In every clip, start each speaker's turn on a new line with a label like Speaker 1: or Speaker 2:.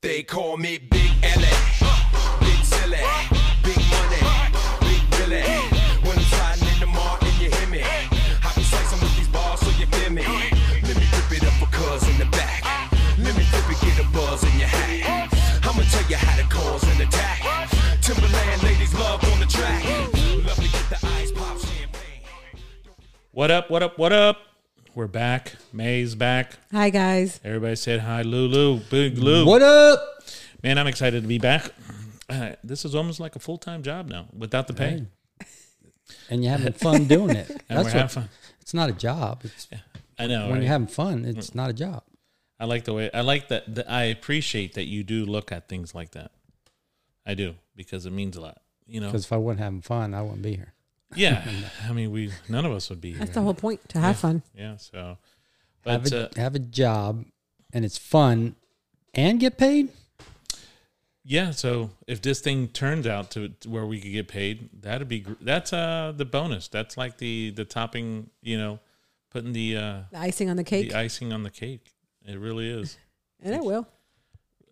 Speaker 1: They call me Big L.A., Big Silly, Big Money, Big Billy. When I'm sliding in the mall and you hear me, I be slicing with these balls so you feel me. Let me rip it up for cuz in the back. Let me flip it, get a buzz in your hat. I'ma tell you how to cause an attack. Timberland ladies love on the track. Love to get the eyes pop champagne.
Speaker 2: What up? What up? What up? We're back. May's back.
Speaker 3: Hi guys.
Speaker 2: Everybody said hi, Lulu, Big Lou.
Speaker 4: What up?
Speaker 2: Man, I'm excited to be back. Uh, this is almost like a full time job now without the pay. And
Speaker 4: And you're having fun doing it.
Speaker 2: we're
Speaker 4: That's
Speaker 2: having
Speaker 4: what,
Speaker 2: fun.
Speaker 4: it's not a job. It's
Speaker 2: I know.
Speaker 4: when
Speaker 2: right?
Speaker 4: you're having fun,
Speaker 2: Mm.
Speaker 4: it's not a job.
Speaker 2: I like the way I like that. that I appreciate that you do look at things like that. I do because it means a lot. You know.
Speaker 4: Because if I wasn't having fun, I wouldn't be here.
Speaker 2: Yeah. I mean, we none of us would be here.
Speaker 3: That's the whole point to have fun.
Speaker 2: Yeah. So,
Speaker 4: Have
Speaker 2: but
Speaker 4: a,
Speaker 2: uh,
Speaker 4: have a job and it's fun and get paid.
Speaker 2: yeah. So if this thing turns out to to where we could get paid, that'd be gr- that's uh the bonus. That's like the the topping. You know, putting the uh
Speaker 3: The icing on the cake,
Speaker 2: the icing on the cake. It really is.
Speaker 3: and it will.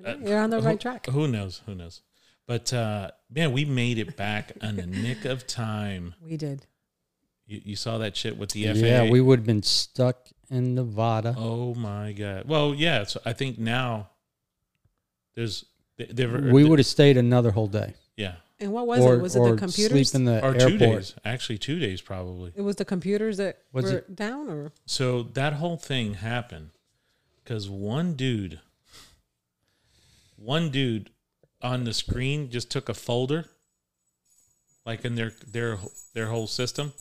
Speaker 2: Uh,
Speaker 3: You're on the
Speaker 2: who-
Speaker 3: right track.
Speaker 2: Who knows? Who knows? But uh, man, we made it back in the nick of time.
Speaker 3: We did.
Speaker 2: You, you saw that shit with the FAA.
Speaker 4: Yeah, we would have been stuck in Nevada.
Speaker 2: Oh my god. Well, yeah. So I think now there's they- they've
Speaker 4: we would have stayed another whole day.
Speaker 2: yeah
Speaker 3: And what was
Speaker 4: or
Speaker 3: it? Was it
Speaker 4: or
Speaker 3: the computers?
Speaker 4: sleep in the
Speaker 2: or
Speaker 4: airport.
Speaker 2: two days actually two days probably.
Speaker 3: it was the computers that
Speaker 4: Was
Speaker 3: were down, or
Speaker 2: So that whole thing happened because one dude, one dude on the screen just took a folder, like in their their their whole system.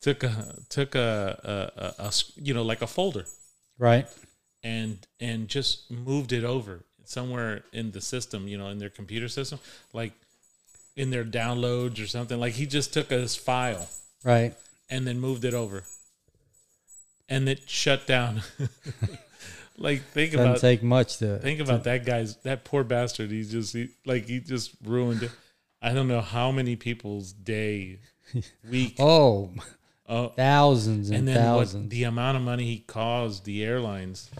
Speaker 2: Took a took a a, a, a s- you know like a folder
Speaker 4: Right.
Speaker 2: and and just moved it over somewhere in the system, you know, in their computer system, like in their downloads or something. Like he just took his file
Speaker 4: Right.
Speaker 2: and then moved it over. And it shut down. like think
Speaker 4: Doesn't
Speaker 2: about
Speaker 4: take much to
Speaker 2: think about that guy's that poor bastard. He's just he, like he just ruined it. I don't know how many people's day, week,
Speaker 4: Oh,
Speaker 2: uh,
Speaker 4: thousands and,
Speaker 2: and then what
Speaker 4: thousands.
Speaker 2: the amount of money he caused the airlines.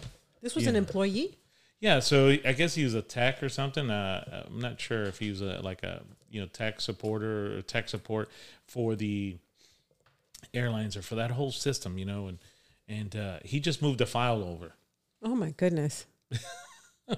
Speaker 3: this was an employee.
Speaker 2: Yeah, so I guess he was a tech or something. Uh, I'm not sure if he was a, like a you know tech supporter or tech support for the airlines or for that whole system, you know. And and uh, he just moved a file over.
Speaker 3: Oh my goodness! How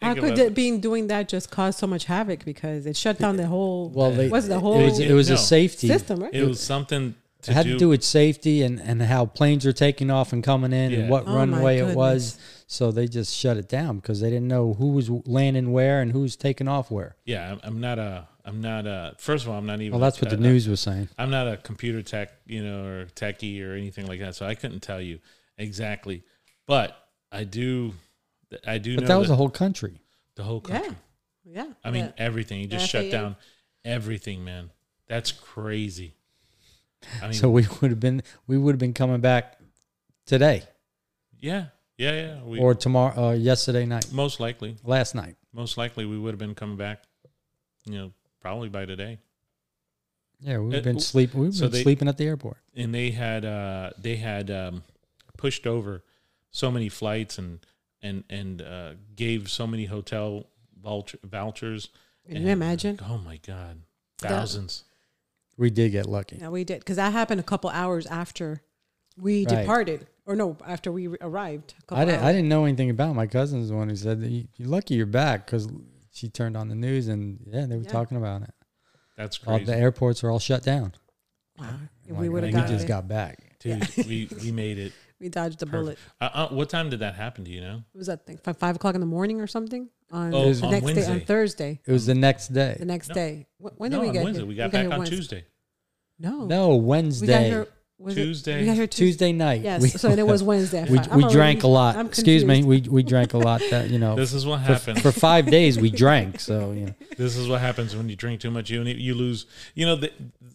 Speaker 2: Think
Speaker 3: could
Speaker 2: about
Speaker 3: it being doing that just cause so much havoc? Because it shut down the whole.
Speaker 4: well, they,
Speaker 3: was the
Speaker 4: it was,
Speaker 3: whole
Speaker 4: it was
Speaker 2: No.
Speaker 4: a safety
Speaker 3: system, right?
Speaker 2: It was something to
Speaker 4: it had
Speaker 2: do,
Speaker 4: to do with safety and, and how planes were taking off and coming in
Speaker 2: Yeah.
Speaker 4: and what
Speaker 3: Oh, my
Speaker 4: runway it was. So they just shut it down because they didn't know who was landing where and who was taking off where.
Speaker 2: Yeah, I'm, I'm not a. I'm not a. First of all, I'm not even.
Speaker 4: Well, that's what the
Speaker 2: a-
Speaker 4: news was saying.
Speaker 2: I'm not a computer tech, you know, or techie or anything like that, so I couldn't tell you exactly. But I do, I do
Speaker 4: But
Speaker 2: know
Speaker 4: that was
Speaker 2: that
Speaker 4: a whole country.
Speaker 2: the whole
Speaker 3: yeah,
Speaker 2: country.
Speaker 3: yeah.
Speaker 2: I mean,
Speaker 3: But
Speaker 2: everything. He just shut
Speaker 3: FAA.
Speaker 2: down everything, man. That's crazy. I mean,
Speaker 4: So we would have been we would have been coming back today
Speaker 2: yeah, yeah, yeah. We,
Speaker 4: or tomorrow, uh, yesterday night,
Speaker 2: most likely,
Speaker 4: last night.
Speaker 2: most likely, we would have been coming back. You know, probably by today.
Speaker 4: Yeah, we've
Speaker 2: It-
Speaker 4: been sleeping. We've
Speaker 2: Uh, so
Speaker 4: been
Speaker 2: they-
Speaker 4: sleeping at the airport.
Speaker 2: And they had, uh, they had um, pushed over so many flights and and and uh, gave so many hotel voucher, vouchers.
Speaker 3: Can you imagine?
Speaker 2: Oh my God, thousands.
Speaker 4: We did get lucky.
Speaker 3: yeah, we did because that happened a couple hours after we
Speaker 4: Right.
Speaker 3: departed, or no, after we re- arrived. A couple
Speaker 4: I didn't.
Speaker 3: hours.
Speaker 4: I didn't know anything about it. my cousin's the one who said that you, you're lucky you're back because she turned on the news and yeah, they were
Speaker 3: Yeah.
Speaker 4: talking about it.
Speaker 2: That's
Speaker 4: All
Speaker 2: crazy.
Speaker 4: the airports are all shut down.
Speaker 3: Wow. If
Speaker 4: Like,
Speaker 3: we would
Speaker 4: we
Speaker 3: have
Speaker 2: you
Speaker 3: gotten
Speaker 4: just
Speaker 3: it,
Speaker 4: got back.
Speaker 2: Dude, we, we made it.
Speaker 3: we dodged the bullet.
Speaker 2: Perfect. Uh, uh, what time did that happen? Do you know?
Speaker 3: It was at like five, five o'clock in the morning or something on
Speaker 2: Oh,
Speaker 3: the
Speaker 2: on
Speaker 3: next day on
Speaker 2: Wednesday.
Speaker 3: Thursday.
Speaker 4: It was the next day.
Speaker 3: The next
Speaker 2: No.
Speaker 3: day. Wh- When
Speaker 2: no,
Speaker 3: did we
Speaker 2: on
Speaker 3: get
Speaker 2: Wednesday.
Speaker 3: here?
Speaker 2: We got
Speaker 3: here
Speaker 2: back on
Speaker 3: Wednesday.
Speaker 2: Tuesday.
Speaker 3: No,
Speaker 4: no,
Speaker 3: we got
Speaker 4: Wednesday.
Speaker 3: here was it-
Speaker 2: Tuesday.
Speaker 3: we got here Tuesday.
Speaker 4: Tuesday night.
Speaker 3: Yes,
Speaker 4: we,
Speaker 3: so it was Wednesday. I
Speaker 4: we,
Speaker 3: fi- I'm
Speaker 4: we
Speaker 3: already-
Speaker 4: drank a lot.
Speaker 3: I'm
Speaker 4: Excuse me.
Speaker 3: confused.
Speaker 4: We we drank a lot. That you know,
Speaker 2: This is what
Speaker 4: for,
Speaker 2: happens.
Speaker 4: for five days we drank. So you know,
Speaker 2: this is what happens when you drink too much. You you lose. You know the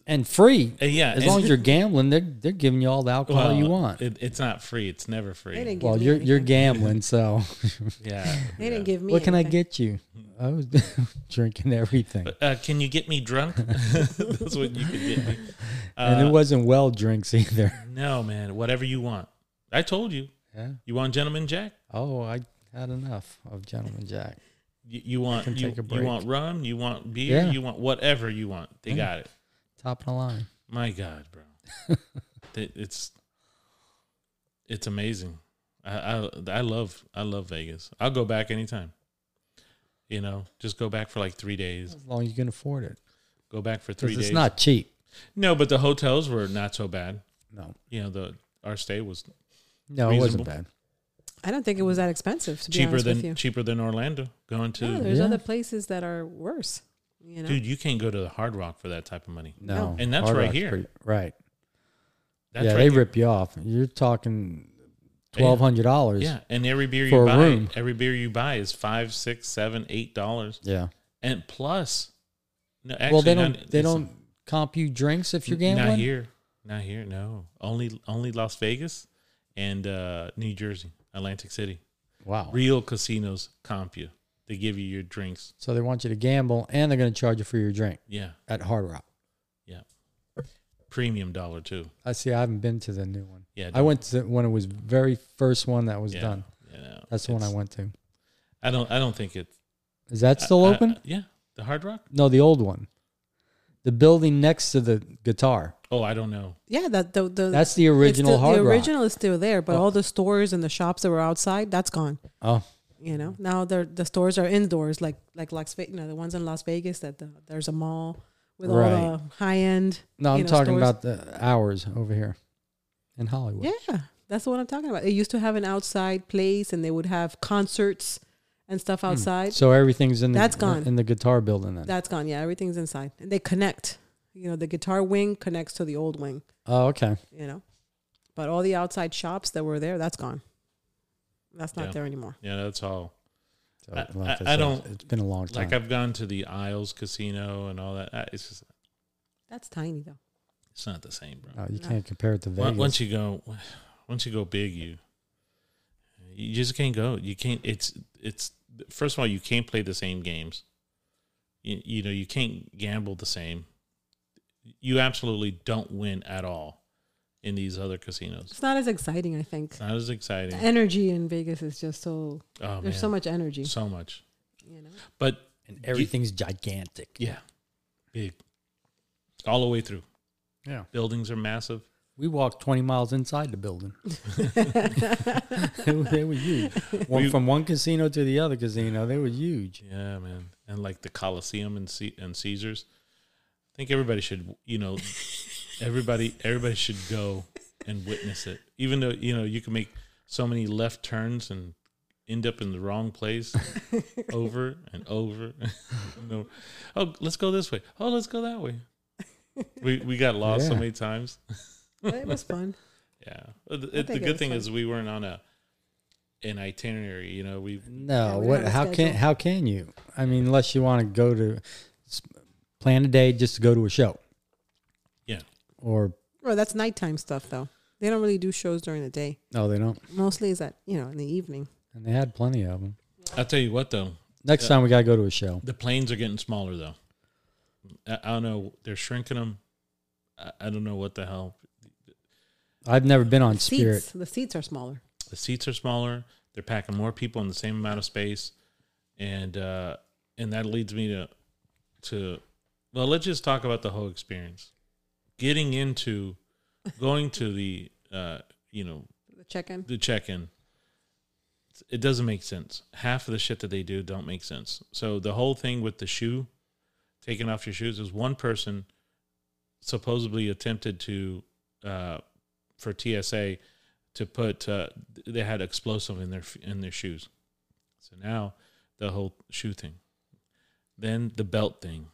Speaker 4: and free.
Speaker 2: uh, yeah.
Speaker 4: As long as you're gambling, they're they're giving you all the alcohol
Speaker 2: well,
Speaker 4: you want.
Speaker 2: it, it's not free. It's never free.
Speaker 3: They didn't give
Speaker 4: well,
Speaker 3: me
Speaker 4: you're you're
Speaker 3: anything.
Speaker 4: gambling. So
Speaker 2: yeah.
Speaker 3: They
Speaker 2: yeah.
Speaker 3: didn't give me.
Speaker 4: what can I
Speaker 3: anything.
Speaker 4: get you? I was drinking everything.
Speaker 2: Uh, can you get me drunk? That's what you could get me.
Speaker 4: and
Speaker 2: Uh,
Speaker 4: it wasn't well drinks either.
Speaker 2: no, man. Whatever you want. I told you.
Speaker 4: Yeah.
Speaker 2: You want Gentleman Jack?
Speaker 4: Oh, I Had enough of Gentleman Jack.
Speaker 2: You, you want
Speaker 4: can
Speaker 2: you,
Speaker 4: take a
Speaker 2: you
Speaker 4: break.
Speaker 2: want rum, you want beer,
Speaker 4: Yeah.
Speaker 2: you want whatever you want. They got it.
Speaker 4: Top of the line.
Speaker 2: My God, bro, Th- it's it's amazing. I, I I love I love Vegas. I'll go back anytime. You know, just go back for like three days.
Speaker 4: As long as you can afford it.
Speaker 2: Go back for three
Speaker 4: Because
Speaker 2: days.
Speaker 4: it's not cheap.
Speaker 2: no, but the hotels were not so bad.
Speaker 4: No.
Speaker 2: You know, the our stay was
Speaker 4: No,
Speaker 2: Reasonable.
Speaker 4: it wasn't bad.
Speaker 3: I don't think it was that expensive to be
Speaker 2: cheaper
Speaker 3: honest with
Speaker 2: than
Speaker 3: you.
Speaker 2: cheaper than Orlando. Going to
Speaker 3: No, there's
Speaker 4: Yeah.
Speaker 3: other places that are worse. You know,
Speaker 2: dude, you can't go to the Hard Rock for that type of money.
Speaker 4: No.
Speaker 2: And that's
Speaker 4: Hard
Speaker 2: right
Speaker 4: Rock's
Speaker 2: here.
Speaker 4: pretty- right.
Speaker 2: That's
Speaker 4: yeah,
Speaker 2: right
Speaker 4: they
Speaker 2: there.
Speaker 4: rip you off. You're talking
Speaker 2: Yeah.
Speaker 4: twelve hundred dollars.
Speaker 2: Yeah, and every beer
Speaker 4: for
Speaker 2: you
Speaker 4: a
Speaker 2: buy,
Speaker 4: room.
Speaker 2: every beer you buy is five, six, seven, eight dollars,
Speaker 4: Yeah.
Speaker 2: and plus. No, actually,
Speaker 4: well, they don't.
Speaker 2: not-
Speaker 4: they
Speaker 2: it's
Speaker 4: don't comp you drinks if you're gambling.
Speaker 2: Not here, not here. No, only only Las Vegas and uh, New Jersey, Atlantic City.
Speaker 4: Wow.
Speaker 2: Real casinos comp you. They give you your drinks.
Speaker 4: So they want you to gamble, and they're going to charge you for your drink
Speaker 2: Yeah,
Speaker 4: at Hard Rock.
Speaker 2: yeah. Premium dollar too.
Speaker 4: I see. I haven't been to the new one.
Speaker 2: Yeah,
Speaker 4: I went to the when it was very first one that was
Speaker 2: yeah,
Speaker 4: done.
Speaker 2: Yeah, no,
Speaker 4: That's the one I
Speaker 2: it's-
Speaker 4: went to.
Speaker 2: I don't. I don't think it's
Speaker 4: Is that still
Speaker 2: I- I-
Speaker 4: open?
Speaker 2: yeah, the Hard Rock.
Speaker 4: no, the old one. The building next to the guitar.
Speaker 2: Oh, I don't know.
Speaker 3: yeah, that the, the
Speaker 4: That's the
Speaker 3: it's
Speaker 4: original
Speaker 3: still-
Speaker 4: Hard
Speaker 3: The
Speaker 4: Rock.
Speaker 3: original is still there, but
Speaker 4: Oh.
Speaker 3: all the stores and the shops that were outside, that's gone.
Speaker 4: Oh,
Speaker 3: You know,
Speaker 2: Mm.
Speaker 3: now they're, the stores are indoors, like like Las Vegas. You know, the ones in Las Vegas that the, there's a mall with all
Speaker 4: Right.
Speaker 3: the high end.
Speaker 4: no, I'm
Speaker 3: you know,
Speaker 4: talking
Speaker 3: stores.
Speaker 4: about the hours over here in Hollywood.
Speaker 3: Yeah, that's what I'm talking about. They used to have an outside place, and they would have concerts and
Speaker 2: Hmm.
Speaker 3: stuff outside.
Speaker 4: So everything's in the,
Speaker 3: That's gone.
Speaker 4: in the guitar building then.
Speaker 3: That's gone. Yeah, everything's inside, and they connect. You know, the guitar wing connects to the old wing.
Speaker 4: oh, okay.
Speaker 3: You know, but all the outside shops that were there, that's gone. That's not
Speaker 2: Yeah.
Speaker 3: there anymore.
Speaker 2: Yeah, that's all.
Speaker 4: So,
Speaker 2: I-
Speaker 4: like
Speaker 2: I- I
Speaker 4: said,
Speaker 2: don't-
Speaker 4: It's been a long time.
Speaker 2: Like I've gone to the Isles Casino and all that. I- It's just
Speaker 3: That's tiny though.
Speaker 2: it's not the same, bro.
Speaker 4: no, Oh, you
Speaker 3: No.
Speaker 4: can't compare it to
Speaker 2: Once-
Speaker 4: Vegas.
Speaker 2: Once you go, once you go big, you you just can't go. You can't. It's it's first of all, you can't play the same games. You, you know, you can't gamble the same. You absolutely don't win at all in these other casinos.
Speaker 3: It's not as exciting, I think.
Speaker 2: It's not as exciting.
Speaker 3: The energy in Vegas is just so
Speaker 2: oh man,
Speaker 3: there's so much energy.
Speaker 2: so much.
Speaker 3: You know,
Speaker 2: But
Speaker 4: and everything's gigantic.
Speaker 2: yeah, big, all the way through.
Speaker 4: Yeah.
Speaker 2: Buildings are massive.
Speaker 4: We walked 20 miles inside the building. they, were, they were huge. One,
Speaker 2: We-
Speaker 4: from one casino to the other casino, they were huge.
Speaker 2: Yeah, man, and like the Coliseum and C- and Caesars. I think everybody should, you know, everybody everybody should go and witness it. Even though you know you can make so many left turns and end up in the wrong place over and over. no, oh, let's go this way. Oh, let's go that way. We we got lost so
Speaker 4: Yeah.
Speaker 2: many times.
Speaker 3: but it was fun.
Speaker 2: Yeah, But the, it, the
Speaker 3: think it
Speaker 2: good
Speaker 3: was
Speaker 2: thing
Speaker 3: fun.
Speaker 2: is we weren't on a an itinerary. You know, we
Speaker 3: Yeah,
Speaker 4: No,
Speaker 3: we
Speaker 4: what?
Speaker 3: don't have a
Speaker 4: How can
Speaker 3: schedule.
Speaker 4: how can you? I mean, unless you want to go to s- plan a day just to go to a show
Speaker 2: yeah
Speaker 4: or
Speaker 3: Well, that's nighttime stuff though. They don't really do shows during the day.
Speaker 4: no, they don't.
Speaker 3: Mostly is at you know in the evening.
Speaker 4: And they had plenty of them.
Speaker 2: I'll tell you what though.
Speaker 4: Next time we gotta go to a show.
Speaker 2: The planes are getting smaller though. I, I don't know. They're shrinking them. I, I don't know what the hell.
Speaker 4: I've never been on Spirit.
Speaker 3: Seats. The seats are smaller.
Speaker 2: The seats are smaller. They're packing more people in the same amount of space, and uh, and that leads me to to well, let's just talk about the whole experience. Getting into going to the uh, you know
Speaker 3: The check-in.
Speaker 2: the check-in it doesn't make sense half of the shit that they do don't make sense so the whole thing with the shoe taking off your shoes is one person supposedly attempted to uh, for tsa to put uh, they had explosive in their in their shoes so now the whole shoe thing then the belt thing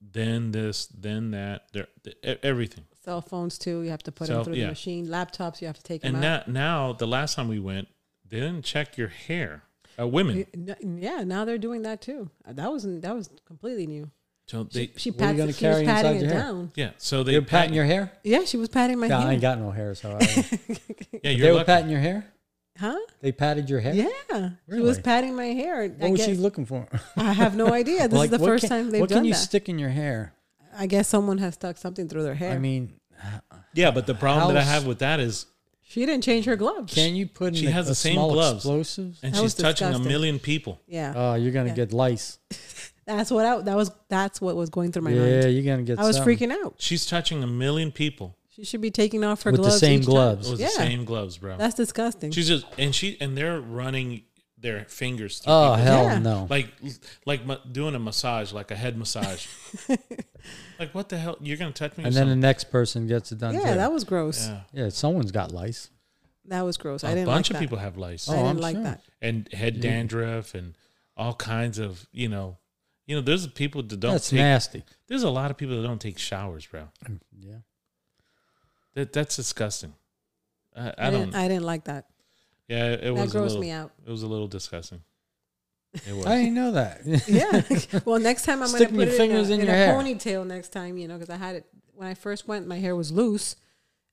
Speaker 2: then this then that there e- everything
Speaker 3: Cell phones too. You have to put
Speaker 2: Cell-
Speaker 3: them through
Speaker 2: yeah.
Speaker 3: the machine. Laptops. You have to take
Speaker 2: And
Speaker 3: them out.
Speaker 2: now, now the last time we went, they didn't check your hair. Uh, women,
Speaker 3: N- n- Yeah, now they're doing that too. Uh, That was that was completely new.
Speaker 2: so they,
Speaker 3: She
Speaker 4: What are
Speaker 3: pats
Speaker 4: you gonna
Speaker 3: it, she was
Speaker 4: carry
Speaker 3: patting
Speaker 4: inside
Speaker 3: it
Speaker 4: your hair?
Speaker 3: down.
Speaker 2: yeah. So they
Speaker 4: They were patting your hair?
Speaker 3: Yeah, she was patting my
Speaker 4: Yeah, I
Speaker 3: hand.
Speaker 4: ain't got no hair, so I,
Speaker 2: yeah.
Speaker 4: they
Speaker 2: You're
Speaker 4: were
Speaker 2: lucky.
Speaker 4: patting your hair.
Speaker 3: huh?
Speaker 4: They patted your hair.
Speaker 3: Yeah, she was
Speaker 4: Really?
Speaker 3: patting my hair.
Speaker 4: What
Speaker 3: I,
Speaker 4: was
Speaker 3: guess,
Speaker 4: she looking for?
Speaker 3: I have no idea. This is
Speaker 4: Like,
Speaker 3: the
Speaker 4: what
Speaker 3: first
Speaker 4: can-
Speaker 3: time they've
Speaker 4: What
Speaker 3: done
Speaker 4: can you
Speaker 3: that.
Speaker 4: stick in your hair?
Speaker 3: I guess someone has stuck something through their hair.
Speaker 4: I mean,
Speaker 2: yeah, but the problem that I
Speaker 4: House-
Speaker 2: have with that is
Speaker 3: She didn't change her gloves.
Speaker 4: Can you put in
Speaker 2: She
Speaker 4: a,
Speaker 2: has
Speaker 4: a
Speaker 2: the same
Speaker 4: small
Speaker 2: gloves.
Speaker 4: explosives?
Speaker 2: and
Speaker 3: That
Speaker 2: she's
Speaker 3: was
Speaker 2: touching a
Speaker 3: disgusting.
Speaker 2: million people.
Speaker 3: yeah,
Speaker 4: Oh, you're gonna
Speaker 3: Yeah.
Speaker 4: get lice.
Speaker 3: that's what I, that was. That's what was going through my
Speaker 4: yeah,
Speaker 3: mind.
Speaker 4: you're gonna get.
Speaker 3: I was
Speaker 4: something.
Speaker 3: freaking out.
Speaker 2: She's touching a million people
Speaker 3: She should be taking off her
Speaker 4: With the
Speaker 3: gloves
Speaker 4: same
Speaker 3: each time.
Speaker 4: gloves.
Speaker 2: with the
Speaker 3: Yeah.
Speaker 2: same gloves, bro.
Speaker 3: That's disgusting.
Speaker 2: She's just and she and they're running their fingers. Through
Speaker 4: Oh
Speaker 2: people's-
Speaker 4: hell
Speaker 3: Yeah.
Speaker 4: no!
Speaker 2: like like ma- doing a massage, like a head massage. like what the hell? You're gonna touch me?
Speaker 4: and
Speaker 2: or
Speaker 4: then the
Speaker 2: something?
Speaker 4: next person gets it done.
Speaker 3: yeah,
Speaker 4: too.
Speaker 3: that was gross.
Speaker 2: yeah.
Speaker 4: yeah. Someone's got lice.
Speaker 3: That was gross. I
Speaker 2: a
Speaker 3: didn't
Speaker 2: bunch
Speaker 3: like
Speaker 2: of
Speaker 3: that.
Speaker 2: people have lice
Speaker 4: Oh,
Speaker 3: I didn't
Speaker 4: I'm
Speaker 3: like
Speaker 4: sure.
Speaker 3: that.
Speaker 2: and head dandruff and all kinds of you know, you know. There's people that don't.
Speaker 4: That's
Speaker 2: take,
Speaker 4: nasty.
Speaker 2: There's a lot of people that don't take showers, bro.
Speaker 4: Yeah.
Speaker 2: That that's disgusting. I, I,
Speaker 3: I,
Speaker 2: don't.
Speaker 3: didn't, I didn't like that.
Speaker 2: yeah, it
Speaker 3: That
Speaker 2: was a
Speaker 3: grossed
Speaker 2: little,
Speaker 3: me out.
Speaker 2: It was a little disgusting. It was.
Speaker 4: I didn't know that.
Speaker 3: Yeah. well, next time I'm going to
Speaker 4: Sticking
Speaker 3: put
Speaker 4: your
Speaker 3: it
Speaker 4: fingers
Speaker 3: in
Speaker 4: in
Speaker 3: a, in
Speaker 4: your
Speaker 3: a
Speaker 4: hair.
Speaker 3: ponytail next time, you know, because I had it when I first went, my hair was loose.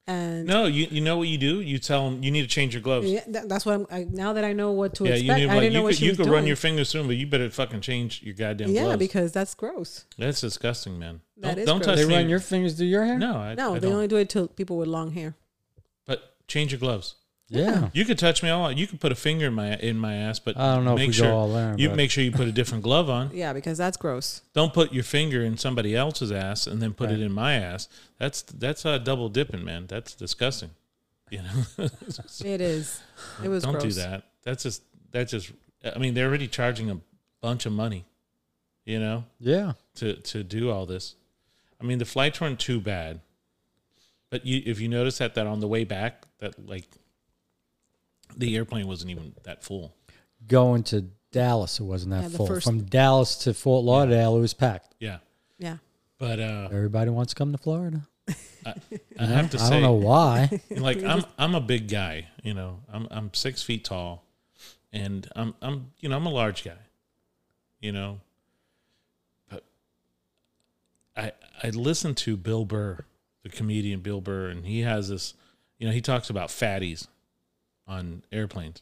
Speaker 3: And
Speaker 2: no, you you know what you do? You tell them you need to change your gloves.
Speaker 3: yeah, that, that's what I'm, I, now that I know what to
Speaker 2: Yeah, you
Speaker 3: expect,
Speaker 2: knew
Speaker 3: I
Speaker 2: like
Speaker 3: didn't know
Speaker 2: you
Speaker 3: what
Speaker 2: could,
Speaker 3: she
Speaker 2: you
Speaker 3: was
Speaker 2: could
Speaker 3: doing.
Speaker 2: run your fingers through them, but you better fucking change your goddamn
Speaker 3: yeah,
Speaker 2: gloves.
Speaker 3: because that's gross.
Speaker 2: that's disgusting, man.
Speaker 3: That
Speaker 2: don't
Speaker 3: is
Speaker 2: don't
Speaker 3: gross.
Speaker 2: touch
Speaker 4: they
Speaker 2: me.
Speaker 4: run your fingers through your hair.
Speaker 2: no, I,
Speaker 3: No,
Speaker 2: I
Speaker 3: they
Speaker 2: don't.
Speaker 3: only do it to people with long hair.
Speaker 2: But change your gloves.
Speaker 4: Yeah.
Speaker 2: You could touch me all. You could put a finger in my in my ass, but
Speaker 4: I don't know if
Speaker 2: make
Speaker 4: we
Speaker 2: sure
Speaker 4: go all there.
Speaker 2: you
Speaker 4: but-
Speaker 2: make sure you put a different glove on.
Speaker 3: Yeah, because that's gross.
Speaker 2: Don't put your finger in somebody else's ass and then put
Speaker 4: Right.
Speaker 2: it in my ass. That's that's uh, double dipping, man. That's disgusting. You know,
Speaker 3: It is. It was
Speaker 2: don't
Speaker 3: gross.
Speaker 2: do that. That's just that's just. I mean, they're already charging a bunch of money. You know,
Speaker 4: Yeah.
Speaker 2: to to do all this. I mean, the flights weren't too bad, but you if you notice that that on the way back that like the airplane wasn't even that full.
Speaker 4: Going to Dallas, it wasn't that
Speaker 3: Yeah, the
Speaker 4: full.
Speaker 3: first-
Speaker 4: From Dallas to Fort Lauderdale, it was packed.
Speaker 2: Yeah,
Speaker 3: Yeah.
Speaker 2: but uh,
Speaker 4: Everybody wants to come to Florida.
Speaker 2: I have to
Speaker 4: I
Speaker 2: say,
Speaker 4: don't know why.
Speaker 2: like I'm I'm a big guy. You know, I'm I'm six feet tall, and I'm I'm you know I'm a large guy. You know, but I I listened to Bill Burr, the comedian Bill Burr, and he has this. You know, he talks about fatties on airplanes,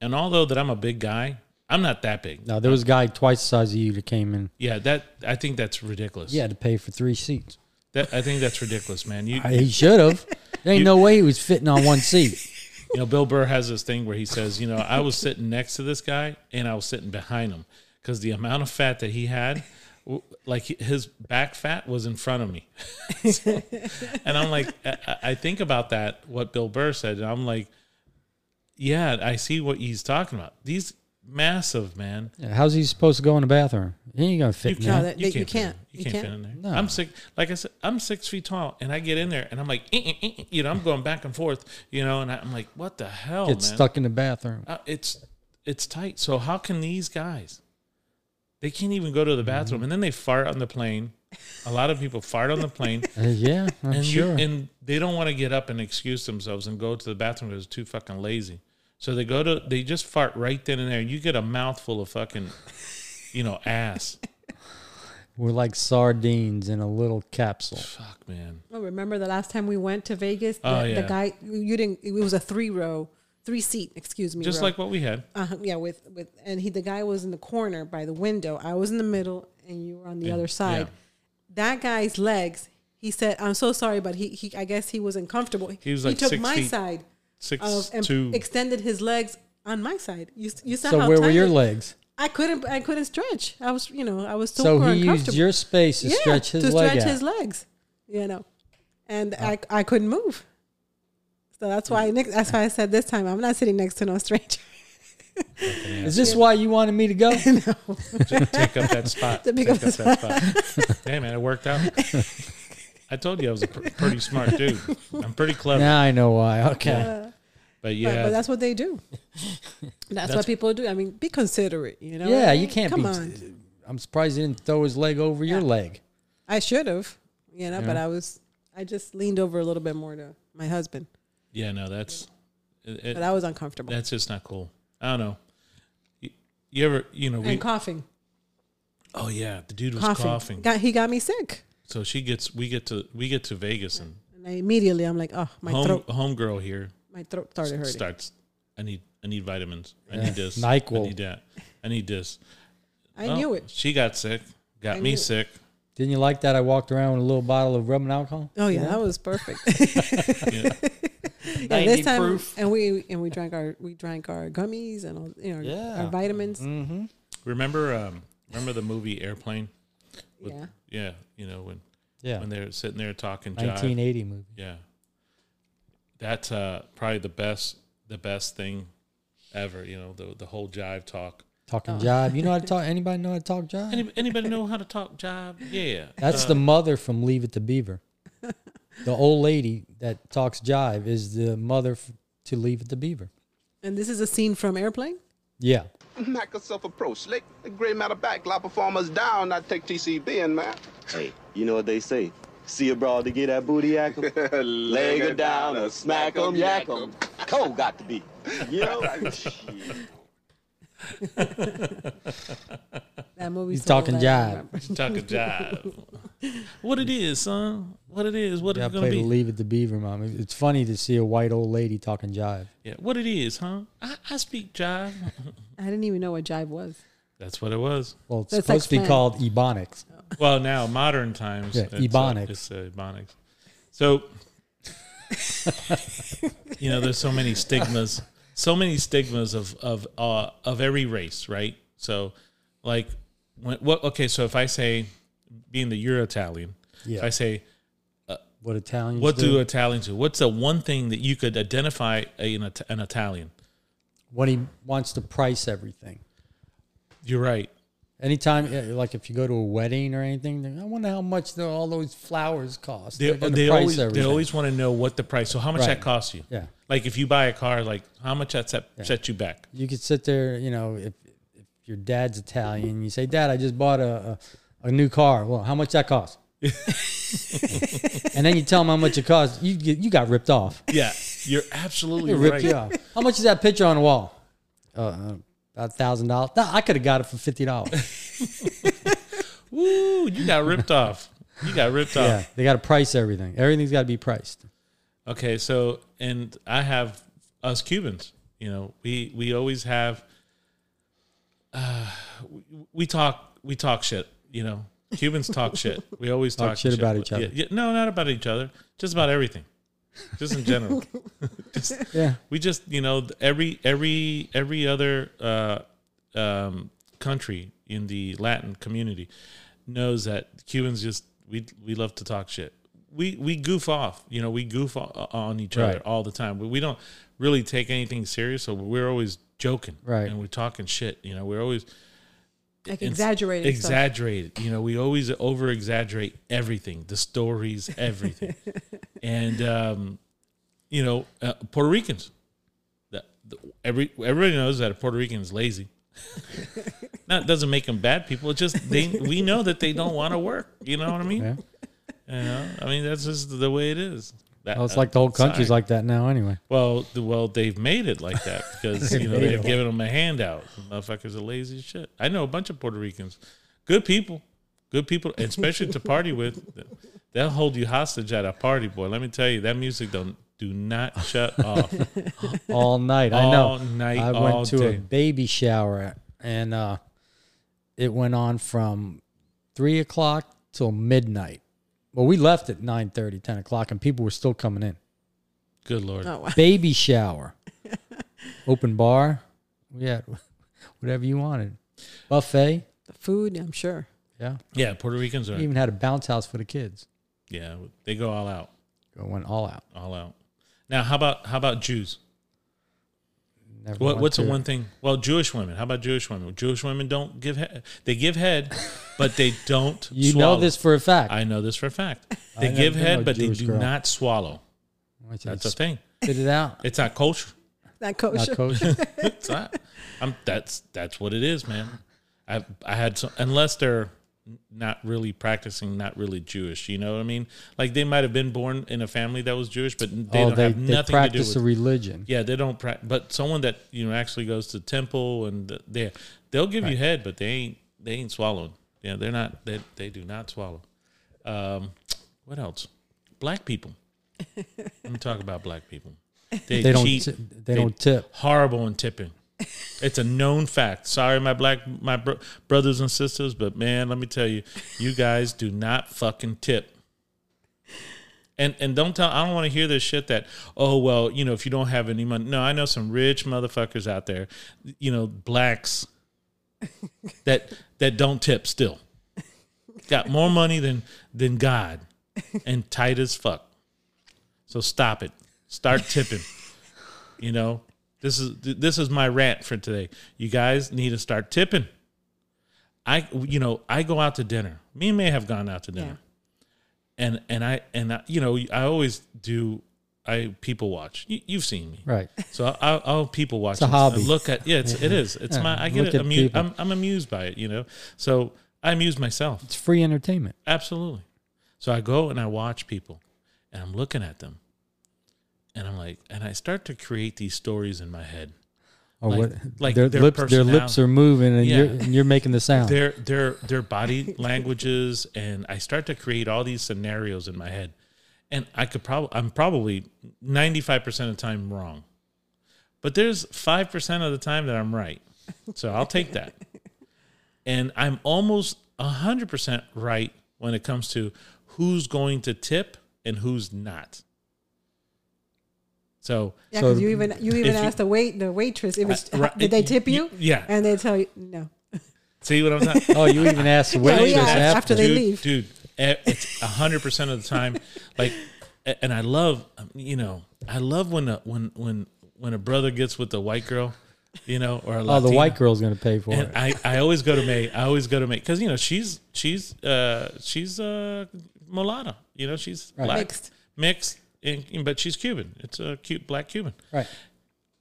Speaker 2: and although that I'm a big guy, I'm not that big.
Speaker 4: no, there was a guy twice the size of you that came in.
Speaker 2: Yeah, that I think that's ridiculous.
Speaker 4: You had to pay for three seats.
Speaker 2: that, I think that's ridiculous, man. You
Speaker 4: He should have. There ain't no way he was fitting on one seat.
Speaker 2: you know, Bill Burr has this thing where he says, you know, I was sitting next to this guy and I was sitting behind him because the amount of fat that he had, w- like his back fat was in front of me. So- and I'm like, I- I I think about that, what Bill Burr said, and I'm like, yeah, I see what he's talking about. These massive, man.
Speaker 4: Yeah, How's he supposed to go in the bathroom? He ain't gonna fit. in
Speaker 3: No, that-
Speaker 4: there.
Speaker 3: that- you
Speaker 2: fit in
Speaker 3: can't.
Speaker 2: there. You
Speaker 3: You
Speaker 2: can't, fit
Speaker 3: can't.
Speaker 2: in there.
Speaker 4: No.
Speaker 2: I'm six. Like I said, I'm six feet tall, and I get in there, and I'm like, eh, eh, eh, eh, you know, I'm going back and forth, you know, and I'm like, what the hell,
Speaker 4: Get
Speaker 2: man?
Speaker 4: stuck in the bathroom.
Speaker 2: Uh, it's it's tight. So how can these guys? They can't even go to the bathroom, and then they fart on the plane. A lot of people fart on the plane,
Speaker 4: Uh, yeah, I'm
Speaker 2: and you,
Speaker 4: sure.
Speaker 2: and they don't want to get up and excuse themselves and go to the bathroom because they're too fucking lazy. So they go to they just fart right then and there. You get a mouthful of fucking, you know, ass.
Speaker 4: We're like sardines in a little capsule.
Speaker 2: Fuck, man.
Speaker 3: Well, remember the last time we went to Vegas? The,
Speaker 2: Oh,
Speaker 3: the
Speaker 2: yeah.
Speaker 3: guy, you didn't, it was a three row, three seat, excuse me.
Speaker 2: Just
Speaker 3: row.
Speaker 2: like what we had.
Speaker 3: Uh-huh, yeah, with with and he the guy was in the corner by the window. I was in the middle, and you were on the
Speaker 2: Yeah,
Speaker 3: other side.
Speaker 2: yeah.
Speaker 3: That guy's legs. He said, "I'm so sorry, but he, he I guess he wasn't comfortable.
Speaker 2: He was like
Speaker 3: he took
Speaker 2: six
Speaker 3: my
Speaker 2: feet
Speaker 3: side
Speaker 2: Six
Speaker 3: of and
Speaker 2: two.
Speaker 3: extended his legs on my side. You s- you saw
Speaker 4: So
Speaker 3: how
Speaker 4: where were
Speaker 3: tight
Speaker 4: your
Speaker 3: it-
Speaker 4: legs?
Speaker 3: I couldn't I couldn't stretch. I was you know I was so,
Speaker 4: So he
Speaker 3: uncomfortable.
Speaker 4: used your space to
Speaker 3: yeah,
Speaker 4: stretch his
Speaker 3: to
Speaker 4: leg
Speaker 3: stretch
Speaker 4: out.
Speaker 3: his legs, you know, and I I couldn't move. So that's
Speaker 4: Mm.
Speaker 3: why next, that's why I said this time I'm not sitting next to no stranger.
Speaker 4: Is this why you wanted me to go?
Speaker 2: take up that spot.
Speaker 3: To pick
Speaker 2: take
Speaker 3: up the
Speaker 2: that spot. Hey man, it worked out. I told you I was a pr- pretty smart dude. I'm pretty clever.
Speaker 4: now I know why. Okay.
Speaker 3: Uh,
Speaker 2: But
Speaker 3: But-
Speaker 2: yeah,
Speaker 3: But, that's what they do. That's,
Speaker 2: That's-
Speaker 3: what people do. I mean, be considerate, you know?
Speaker 4: yeah, you can't
Speaker 3: Come
Speaker 4: be.
Speaker 3: on.
Speaker 4: I'm surprised he didn't throw his leg over your
Speaker 3: Yeah.
Speaker 4: leg.
Speaker 3: I should have, you know, but
Speaker 4: Yeah.
Speaker 3: I was, I just leaned over a little bit more to my husband,
Speaker 2: yeah, no, that's it, it-
Speaker 3: but I was uncomfortable
Speaker 2: that's just not cool. I don't know. You, you ever, you know, we,
Speaker 3: and coughing.
Speaker 2: oh yeah, the dude was
Speaker 3: Coughing.
Speaker 2: coughing.
Speaker 3: Got, he got me sick.
Speaker 2: So she gets, we get to, we get to Vegas and
Speaker 3: And I immediately, I'm like, oh, my
Speaker 2: home,
Speaker 3: throat,
Speaker 2: homegirl here
Speaker 3: my throat started hurting.
Speaker 2: starts. I need, I need vitamins. I
Speaker 4: Yeah.
Speaker 2: need this.
Speaker 4: NyQuil.
Speaker 2: I need that. I need this.
Speaker 3: I
Speaker 2: Well,
Speaker 3: knew it.
Speaker 2: She got sick. Got
Speaker 3: I
Speaker 2: me
Speaker 3: knew it.
Speaker 2: sick.
Speaker 4: Didn't you like that? I walked around with a little bottle of rubbing alcohol.
Speaker 3: Oh, yeah, that was perfect.
Speaker 2: Yeah.
Speaker 3: Yeah,
Speaker 5: 90
Speaker 3: this time,
Speaker 5: proof.
Speaker 3: and we and we drank our we drank our gummies and all, you know
Speaker 5: Yeah.
Speaker 3: our vitamins.
Speaker 4: Mm-hmm.
Speaker 2: Remember, um, remember the movie Airplane? With-
Speaker 3: Yeah,
Speaker 2: Yeah, you know when
Speaker 4: Yeah.
Speaker 2: when they're sitting there talking jive.
Speaker 4: 1980 movie.
Speaker 2: Yeah, that's uh, probably the best the best thing ever. You know the the whole jive talk.
Speaker 4: Talking
Speaker 3: Oh.
Speaker 4: job. You know how to talk? Anybody know how to talk job?
Speaker 2: Any, anybody know how to talk jive? Yeah, Uh,
Speaker 4: That's
Speaker 3: Uh,
Speaker 4: the mother from Leave It to Beaver. the old lady that talks jive is the mother f- to Leave It to Beaver.
Speaker 3: and this is a scene from Airplane.
Speaker 4: Yeah.
Speaker 6: Knock yourself a pro slick. A gray matter back, law performers down, I take TCB in, man.
Speaker 7: Hey, you know what they say. See a broad to get that booty ackle. Leg her down or smack 'em, yak 'em. Cold got to be. You know? Shit.
Speaker 3: That movie.
Speaker 4: He's talking jive.
Speaker 2: talking jive. What it is, son? What it is? What
Speaker 4: Yeah, I
Speaker 2: it's gonna
Speaker 4: played
Speaker 2: be?
Speaker 4: Leave It to Beaver, Mom. It- It's funny to see a white old lady talking jive.
Speaker 2: Yeah, what it is, huh? I, I speak jive.
Speaker 3: I didn't even know what jive was.
Speaker 2: That's what it was.
Speaker 4: Well, it's
Speaker 3: That's Oh.
Speaker 4: supposed to be
Speaker 3: like
Speaker 4: called Ebonics.
Speaker 2: Well, now modern times,
Speaker 4: Yeah,
Speaker 2: it's, uh,
Speaker 4: Ebonics.
Speaker 2: it's uh, ebonics. So, you know, there's so many stigmas, so many stigmas of of uh, of every race, right? So, like, when, what? Okay, so if I say, being the Euro Italian, if
Speaker 4: Yeah.
Speaker 2: I say,
Speaker 4: What Italians
Speaker 2: what
Speaker 4: do?
Speaker 2: do Italians do? What's the one thing that you could identify a- an, It- an Italian?
Speaker 4: when he wants to price everything.
Speaker 2: You're right.
Speaker 4: Anytime, yeah, like if you go to a wedding or anything, they're, I wonder how much the, all those flowers cost.
Speaker 2: They,
Speaker 4: They're gonna
Speaker 2: they
Speaker 4: price
Speaker 2: always they
Speaker 4: everything.
Speaker 2: always want to know what the price. So how much
Speaker 4: Right.
Speaker 2: that costs you?
Speaker 4: Yeah.
Speaker 2: Like if you buy a car, like how much that set, set you back?
Speaker 4: you could sit there, you know, if, if your dad's Italian, you say, Dad, I just bought a, a, a new car. Well, how much that cost? and then you tell him how much it costs. You get, you got ripped off.
Speaker 2: Yeah, you're absolutely
Speaker 4: They ripped
Speaker 2: right.
Speaker 4: you off. How much is that picture on the wall? Uh, about thousand dollars. I could have got it for fifty dollars.
Speaker 2: Woo, you got ripped off. You got ripped
Speaker 4: Yeah,
Speaker 2: off.
Speaker 4: they got to price everything. Everything's got to be priced.
Speaker 2: Okay, so and I have us Cubans. You know, we we always have. Uh, we, we talk we talk shit. You know, Cubans talk shit. We always talk,
Speaker 4: shit about each other.
Speaker 2: Yeah, yeah, no, not about each other. Just about everything. Just in general. just
Speaker 4: Yeah,
Speaker 2: we just you know th- every every every other uh, um, country in the Latin community knows that Cubans just we we love to talk shit. We we goof off, you know, we goof o- on each other
Speaker 4: Right.
Speaker 2: all the time. But we don't really take anything serious, so we're always joking,
Speaker 4: Right.
Speaker 2: And we're talking shit, you know. We're always
Speaker 3: Like
Speaker 2: it's
Speaker 3: exaggerated. Exactly.
Speaker 2: exaggerated. You know, we always over exaggerate everything, the stories, everything. and um, you know, uh, Puerto Ricans. That the, every everybody knows that a Puerto Rican is lazy. Not doesn't make them bad people. It's just they we know that they don't want to work. You know what I mean?
Speaker 4: Yeah.
Speaker 2: You know, I mean that's just the way it is. That, uh,
Speaker 4: well, it's like the whole country's
Speaker 2: like.
Speaker 4: like that now. Anyway,
Speaker 2: Well, the, well, they've made it like that because you know
Speaker 4: made
Speaker 2: they've
Speaker 4: it.
Speaker 2: given them a handout. Motherfuckers are lazy as shit. I know a bunch of Puerto Ricans, good people, good people, especially to party with. They'll hold you hostage at a party, boy. Let me tell you, that music don't do not shut off.
Speaker 4: all night. I know.
Speaker 2: All night,
Speaker 4: I
Speaker 2: all
Speaker 4: went to
Speaker 2: day.
Speaker 4: a baby shower and uh, it went on from three o'clock till midnight. Well, we left at 9 10 o'clock, and people were still coming in.
Speaker 2: Good lord,
Speaker 3: Oh, wow.
Speaker 4: Baby shower, open bar. We had whatever you wanted, buffet.
Speaker 3: the food. I'm sure.
Speaker 4: Yeah,
Speaker 2: yeah, Puerto Ricans are
Speaker 4: we even had a bounce house for the kids.
Speaker 2: yeah, they go all out,
Speaker 4: It went all out.
Speaker 2: all out. Now, how about how about Jews?
Speaker 4: Never
Speaker 2: What,
Speaker 4: went
Speaker 2: what's the
Speaker 4: to-
Speaker 2: one thing? Well, Jewish women. How about Jewish women? Jewish women don't give head. They give head, but they don't.
Speaker 4: You
Speaker 2: swallow.
Speaker 4: know this for a fact.
Speaker 2: I know this for a fact. They
Speaker 4: never
Speaker 2: give
Speaker 4: been
Speaker 2: head,
Speaker 4: no
Speaker 2: but
Speaker 4: Jewish
Speaker 2: they do
Speaker 4: girl.
Speaker 2: not swallow.
Speaker 4: Why should
Speaker 2: That's
Speaker 4: you
Speaker 2: a thing.
Speaker 4: spit it out.
Speaker 2: It's not culture.
Speaker 3: That
Speaker 4: Not Oh,
Speaker 3: kosher.
Speaker 4: kosher.
Speaker 2: It's not. I'm, that's that's what it is, man. I I had some, unless they're not really practicing, not really Jewish. You know what I mean? Like they might have been born in a family that was Jewish, but they
Speaker 4: oh,
Speaker 2: don't
Speaker 4: they,
Speaker 2: have
Speaker 4: they
Speaker 2: nothing to do
Speaker 4: practice
Speaker 2: with.
Speaker 4: a religion.
Speaker 2: yeah, they don't. Pra- but someone that you know actually goes to temple and th- they they'll give you head, but they ain't they ain't swallowing. Yeah, they're not. They they do not swallow. Um, what else? Black people. Let me talk about black people. They,
Speaker 4: They don't.
Speaker 2: cheat.
Speaker 4: T- they don't tip.
Speaker 2: Horrible in tipping. It's a known fact. Sorry, my black my bro- brothers and sisters, but man, let me tell you, you guys do not fucking tip. And and don't tell I don't want to hear this shit that oh well you know if you don't have any money no I know some rich motherfuckers out there you know blacks that that don't tip still got more money than than God and tight as fuck so stop it start tipping you know this is th- this is my rant for today you guys need to start tipping I you know I go out to dinner me and May have gone out to dinner and and I and I, you know I always do. I people watch. You, you've seen me,
Speaker 4: Right.
Speaker 2: So I- I'll, I'll people watch. It's
Speaker 4: a hobby.
Speaker 2: look at yeah, it's, it is. It's my I get it.
Speaker 4: look at
Speaker 2: Amu-
Speaker 4: people.
Speaker 2: I'm I'm amused by it. You know, so I amuse myself
Speaker 4: It's free entertainment.
Speaker 2: absolutely. So I go and I watch people, and I'm looking at them, and I'm like, and I start to create these stories in my head.
Speaker 4: Or
Speaker 2: Like-
Speaker 4: Oh, what?
Speaker 2: like
Speaker 4: their,
Speaker 2: their
Speaker 4: lips, their lips
Speaker 2: personality.
Speaker 4: are moving, and
Speaker 2: Yeah.
Speaker 4: you're and you're making the sound.
Speaker 2: their their their body languages and I start to create all these scenarios in my head. And I could probably I'm probably 95% of the time wrong. But there's 5% of the time that I'm right. So I'll take that. and I'm almost 100% right when it comes to who's going to tip and who's not. So
Speaker 3: Yeah,
Speaker 4: So
Speaker 3: because you even you even
Speaker 2: you-
Speaker 3: asked the wait the waitress if it's
Speaker 2: Uh, right,
Speaker 3: did they tip you?
Speaker 2: yeah.
Speaker 3: and they tell you no.
Speaker 2: see what I'm saying?
Speaker 4: Oh, you even asked the waitress
Speaker 3: yeah,
Speaker 4: after.
Speaker 3: after they
Speaker 2: dude,
Speaker 3: leave.
Speaker 2: Dude, eh, it's hundred percent of the time. Like, a- and I love, um, you know, I love when a, when when when a brother gets with the white girl, you know, or a
Speaker 4: Oh, the
Speaker 2: Latina.
Speaker 4: white girl's gonna pay for
Speaker 2: And
Speaker 4: it.
Speaker 2: I, I always go to May. I always go to May because you know she's she's uh she's uh mulatto. You know she's black,
Speaker 3: Mixed.
Speaker 2: mixed, and, but she's Cuban. It's a cute black Cuban.
Speaker 4: right.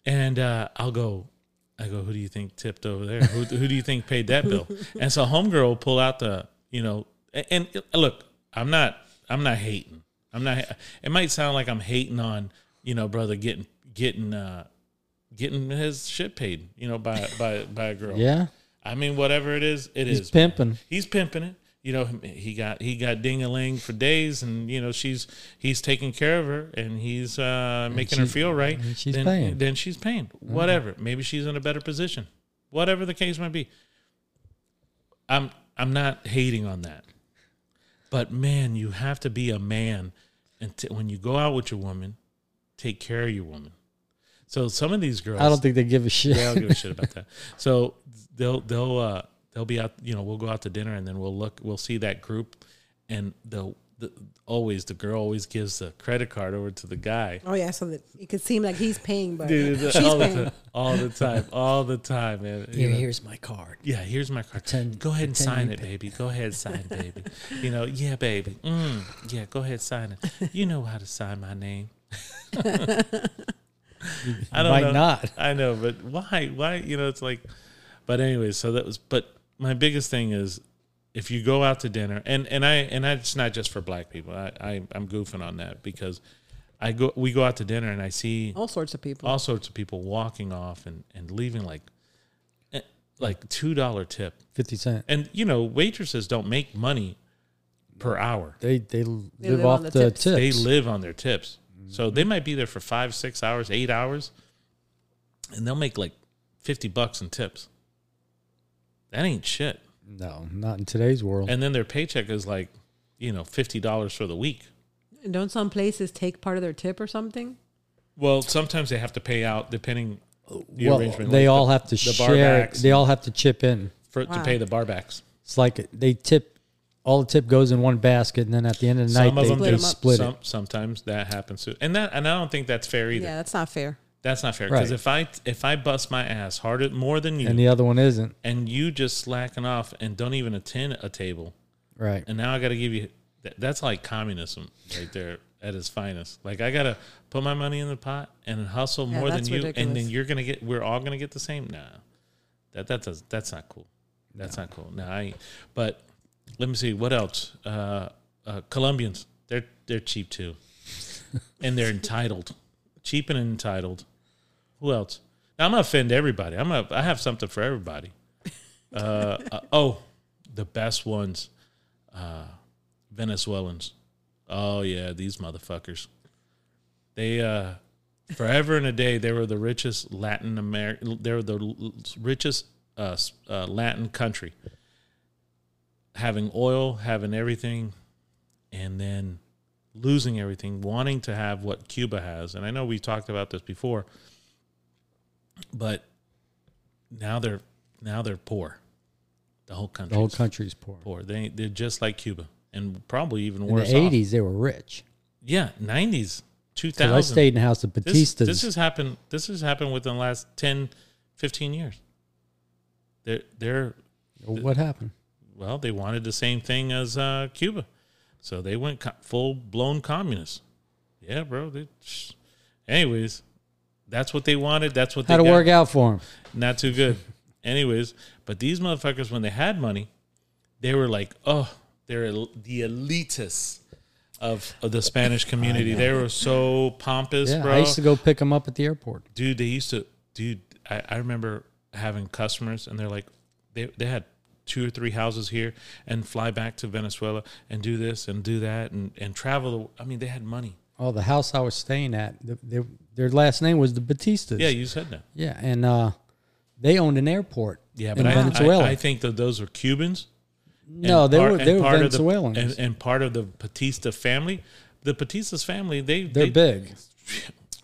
Speaker 2: And uh, I'll go, I go, who do you think tipped over there? Who, who do you think paid that bill? And so homegirl will pull out the, you know, and, and look, I'm not, I'm not hating. I'm not, it might sound like I'm hating on, you know, brother getting, getting, uh, getting his shit paid, you know, by, by, by a girl.
Speaker 4: Yeah.
Speaker 2: I mean, whatever it is, it is
Speaker 4: He's pimping.
Speaker 2: he's pimping it. You know, he got he got ding a ling for days, and you know she's he's taking care of her, and he's uh, making her
Speaker 4: she-
Speaker 2: feel right.
Speaker 4: and she's
Speaker 2: then,
Speaker 4: paying. Mm-hmm.
Speaker 2: Then she's paying. Whatever. Maybe she's in a better position. Whatever the case might be. I'm I'm not hating on that, but man, you have to be a man, and t- when you go out with your woman, take care of your woman. So some of these girls,
Speaker 4: I don't think they give a shit.
Speaker 2: I don't give a shit about that. So they'll they'll uh they'll be out. You know, we'll go out to dinner and then we'll look. We'll see that group, and the, the always the girl always gives the credit card over to the guy.
Speaker 3: Oh yeah, so that it could seem like he's paying, but
Speaker 2: Dude,
Speaker 3: she's
Speaker 2: all, the,
Speaker 3: paying.
Speaker 2: ti- all the time, all the time, man. You
Speaker 5: Here,
Speaker 2: know,
Speaker 5: here's my card.
Speaker 2: yeah, here's my card.
Speaker 5: Pretend-
Speaker 2: go ahead and
Speaker 5: pretend
Speaker 2: sign
Speaker 5: you
Speaker 2: it, baby. Go ahead, sign, baby. You know, yeah, baby. Mm, yeah, go ahead, sign it. You know how to sign my name. I don't
Speaker 4: Might
Speaker 2: know.
Speaker 4: not.
Speaker 2: I know, but why? Why? You know, it's like. But anyway, so that was. But my biggest thing is, if you go out to dinner, and and I and I, it's not just for black people. I, I I'm goofing on that because I go we go out to dinner and I see
Speaker 3: all sorts of people.
Speaker 2: all sorts of people walking off and and leaving like, eh, like two dollar tip,
Speaker 4: Fifty cent.
Speaker 2: and you know waitresses don't make money per hour.
Speaker 4: They they live,
Speaker 3: live
Speaker 4: off
Speaker 3: on
Speaker 4: the,
Speaker 3: the
Speaker 4: tips.
Speaker 3: tips. Mm-hmm.
Speaker 2: They live on their tips. So they might be there for five, six hours, eight hours, and they'll make like 50 bucks in tips. That ain't shit.
Speaker 4: No, not in today's world.
Speaker 2: And then their paycheck is like, you know, $50 for the week.
Speaker 3: And don't some places take part of their tip or something?
Speaker 2: Well, sometimes they have to pay out depending the
Speaker 4: Oh, well,
Speaker 2: arrangement.
Speaker 4: they
Speaker 2: like
Speaker 4: all
Speaker 2: the-
Speaker 4: have to
Speaker 2: the bar
Speaker 4: share.
Speaker 2: backs
Speaker 4: They all have to chip in.
Speaker 2: for, to
Speaker 3: Wow.
Speaker 2: pay the bar backs.
Speaker 4: It's like they tip. All the tip goes in one basket, and then at the end of the night,
Speaker 2: Some of
Speaker 4: they,
Speaker 2: them
Speaker 4: they
Speaker 2: do.
Speaker 4: split
Speaker 2: Some,
Speaker 4: it.
Speaker 2: sometimes that happens too. And that and I don't think that's fair either.
Speaker 3: Yeah, that's not fair.
Speaker 2: That's not fair because
Speaker 4: Right.
Speaker 2: if I if I bust my ass harder more than you
Speaker 4: And the other one isn't.
Speaker 2: and you just slacking off and don't even attend a table,
Speaker 4: Right.
Speaker 2: and now I got to give you that, that's like communism right there at its finest. Like I got to put my money in the pot and hustle
Speaker 3: Yeah,
Speaker 2: more than
Speaker 3: that's
Speaker 2: you, and then
Speaker 3: ridiculous.
Speaker 2: you're gonna get we're all gonna get the same. Nah, that that does that's not cool. That's not cool. Nah, I ain't. but let me see what else. Uh, uh, Colombians, they're they're cheap too, and they're entitled, cheap and entitled. Who else? Now, I'm gonna offend everybody. I'm gonna, I have something for everybody. Uh, uh, oh, the best ones, uh, Venezuelans. Oh yeah, these motherfuckers. They uh, forever and a day they were the richest Latin American. They were the l- l- richest uh, s- uh, Latin country, having oil, having everything, and then losing everything, wanting to have what Cuba has. And I know we talked about this before, but now they're now they're poor. The whole country.
Speaker 4: The whole country's poor.
Speaker 2: poor. They they're just like Cuba and probably even
Speaker 4: In the
Speaker 2: worse. off.
Speaker 4: 80s, they were rich.
Speaker 2: Yeah, nineties, two
Speaker 4: 'Cause I
Speaker 2: thousand.
Speaker 4: stayed in the house of
Speaker 2: this,
Speaker 4: Batistas.
Speaker 2: this has happened this has happened within the last 10, 15 years. They're they're
Speaker 4: what happened?
Speaker 2: well, they wanted the same thing as uh, Cuba, so they went co- full blown communist. Yeah, bro. They, sh- anyways, that's what they wanted. That's what
Speaker 4: How
Speaker 2: they
Speaker 4: to
Speaker 2: got.
Speaker 4: work out for them?
Speaker 2: Not too good. anyways, but these motherfuckers, when they had money, they were like, oh, they're el- the elitists of, of the Spanish community. They were so pompous,
Speaker 4: Yeah,
Speaker 2: bro
Speaker 4: I used to go pick them up at the airport.
Speaker 2: dude they used to dude I, I remember having customers and they're like they, they had two or three houses here and fly back to venezuela and do this and do that and, and travel the, i mean they had money
Speaker 4: Oh, the house I was staying at, the, they, their last name was the Batistas.
Speaker 2: yeah you said that
Speaker 4: Yeah, and uh, they owned an airport.
Speaker 2: yeah
Speaker 4: in
Speaker 2: but I,
Speaker 4: Venezuela.
Speaker 2: I, I think that those are cubans and
Speaker 4: no, they
Speaker 2: par-
Speaker 4: were
Speaker 2: and
Speaker 4: they were
Speaker 2: part of the-
Speaker 4: Venezuelans.
Speaker 2: and, and part of the patista family the patista's family they
Speaker 4: They're
Speaker 2: they,
Speaker 4: big.
Speaker 2: Are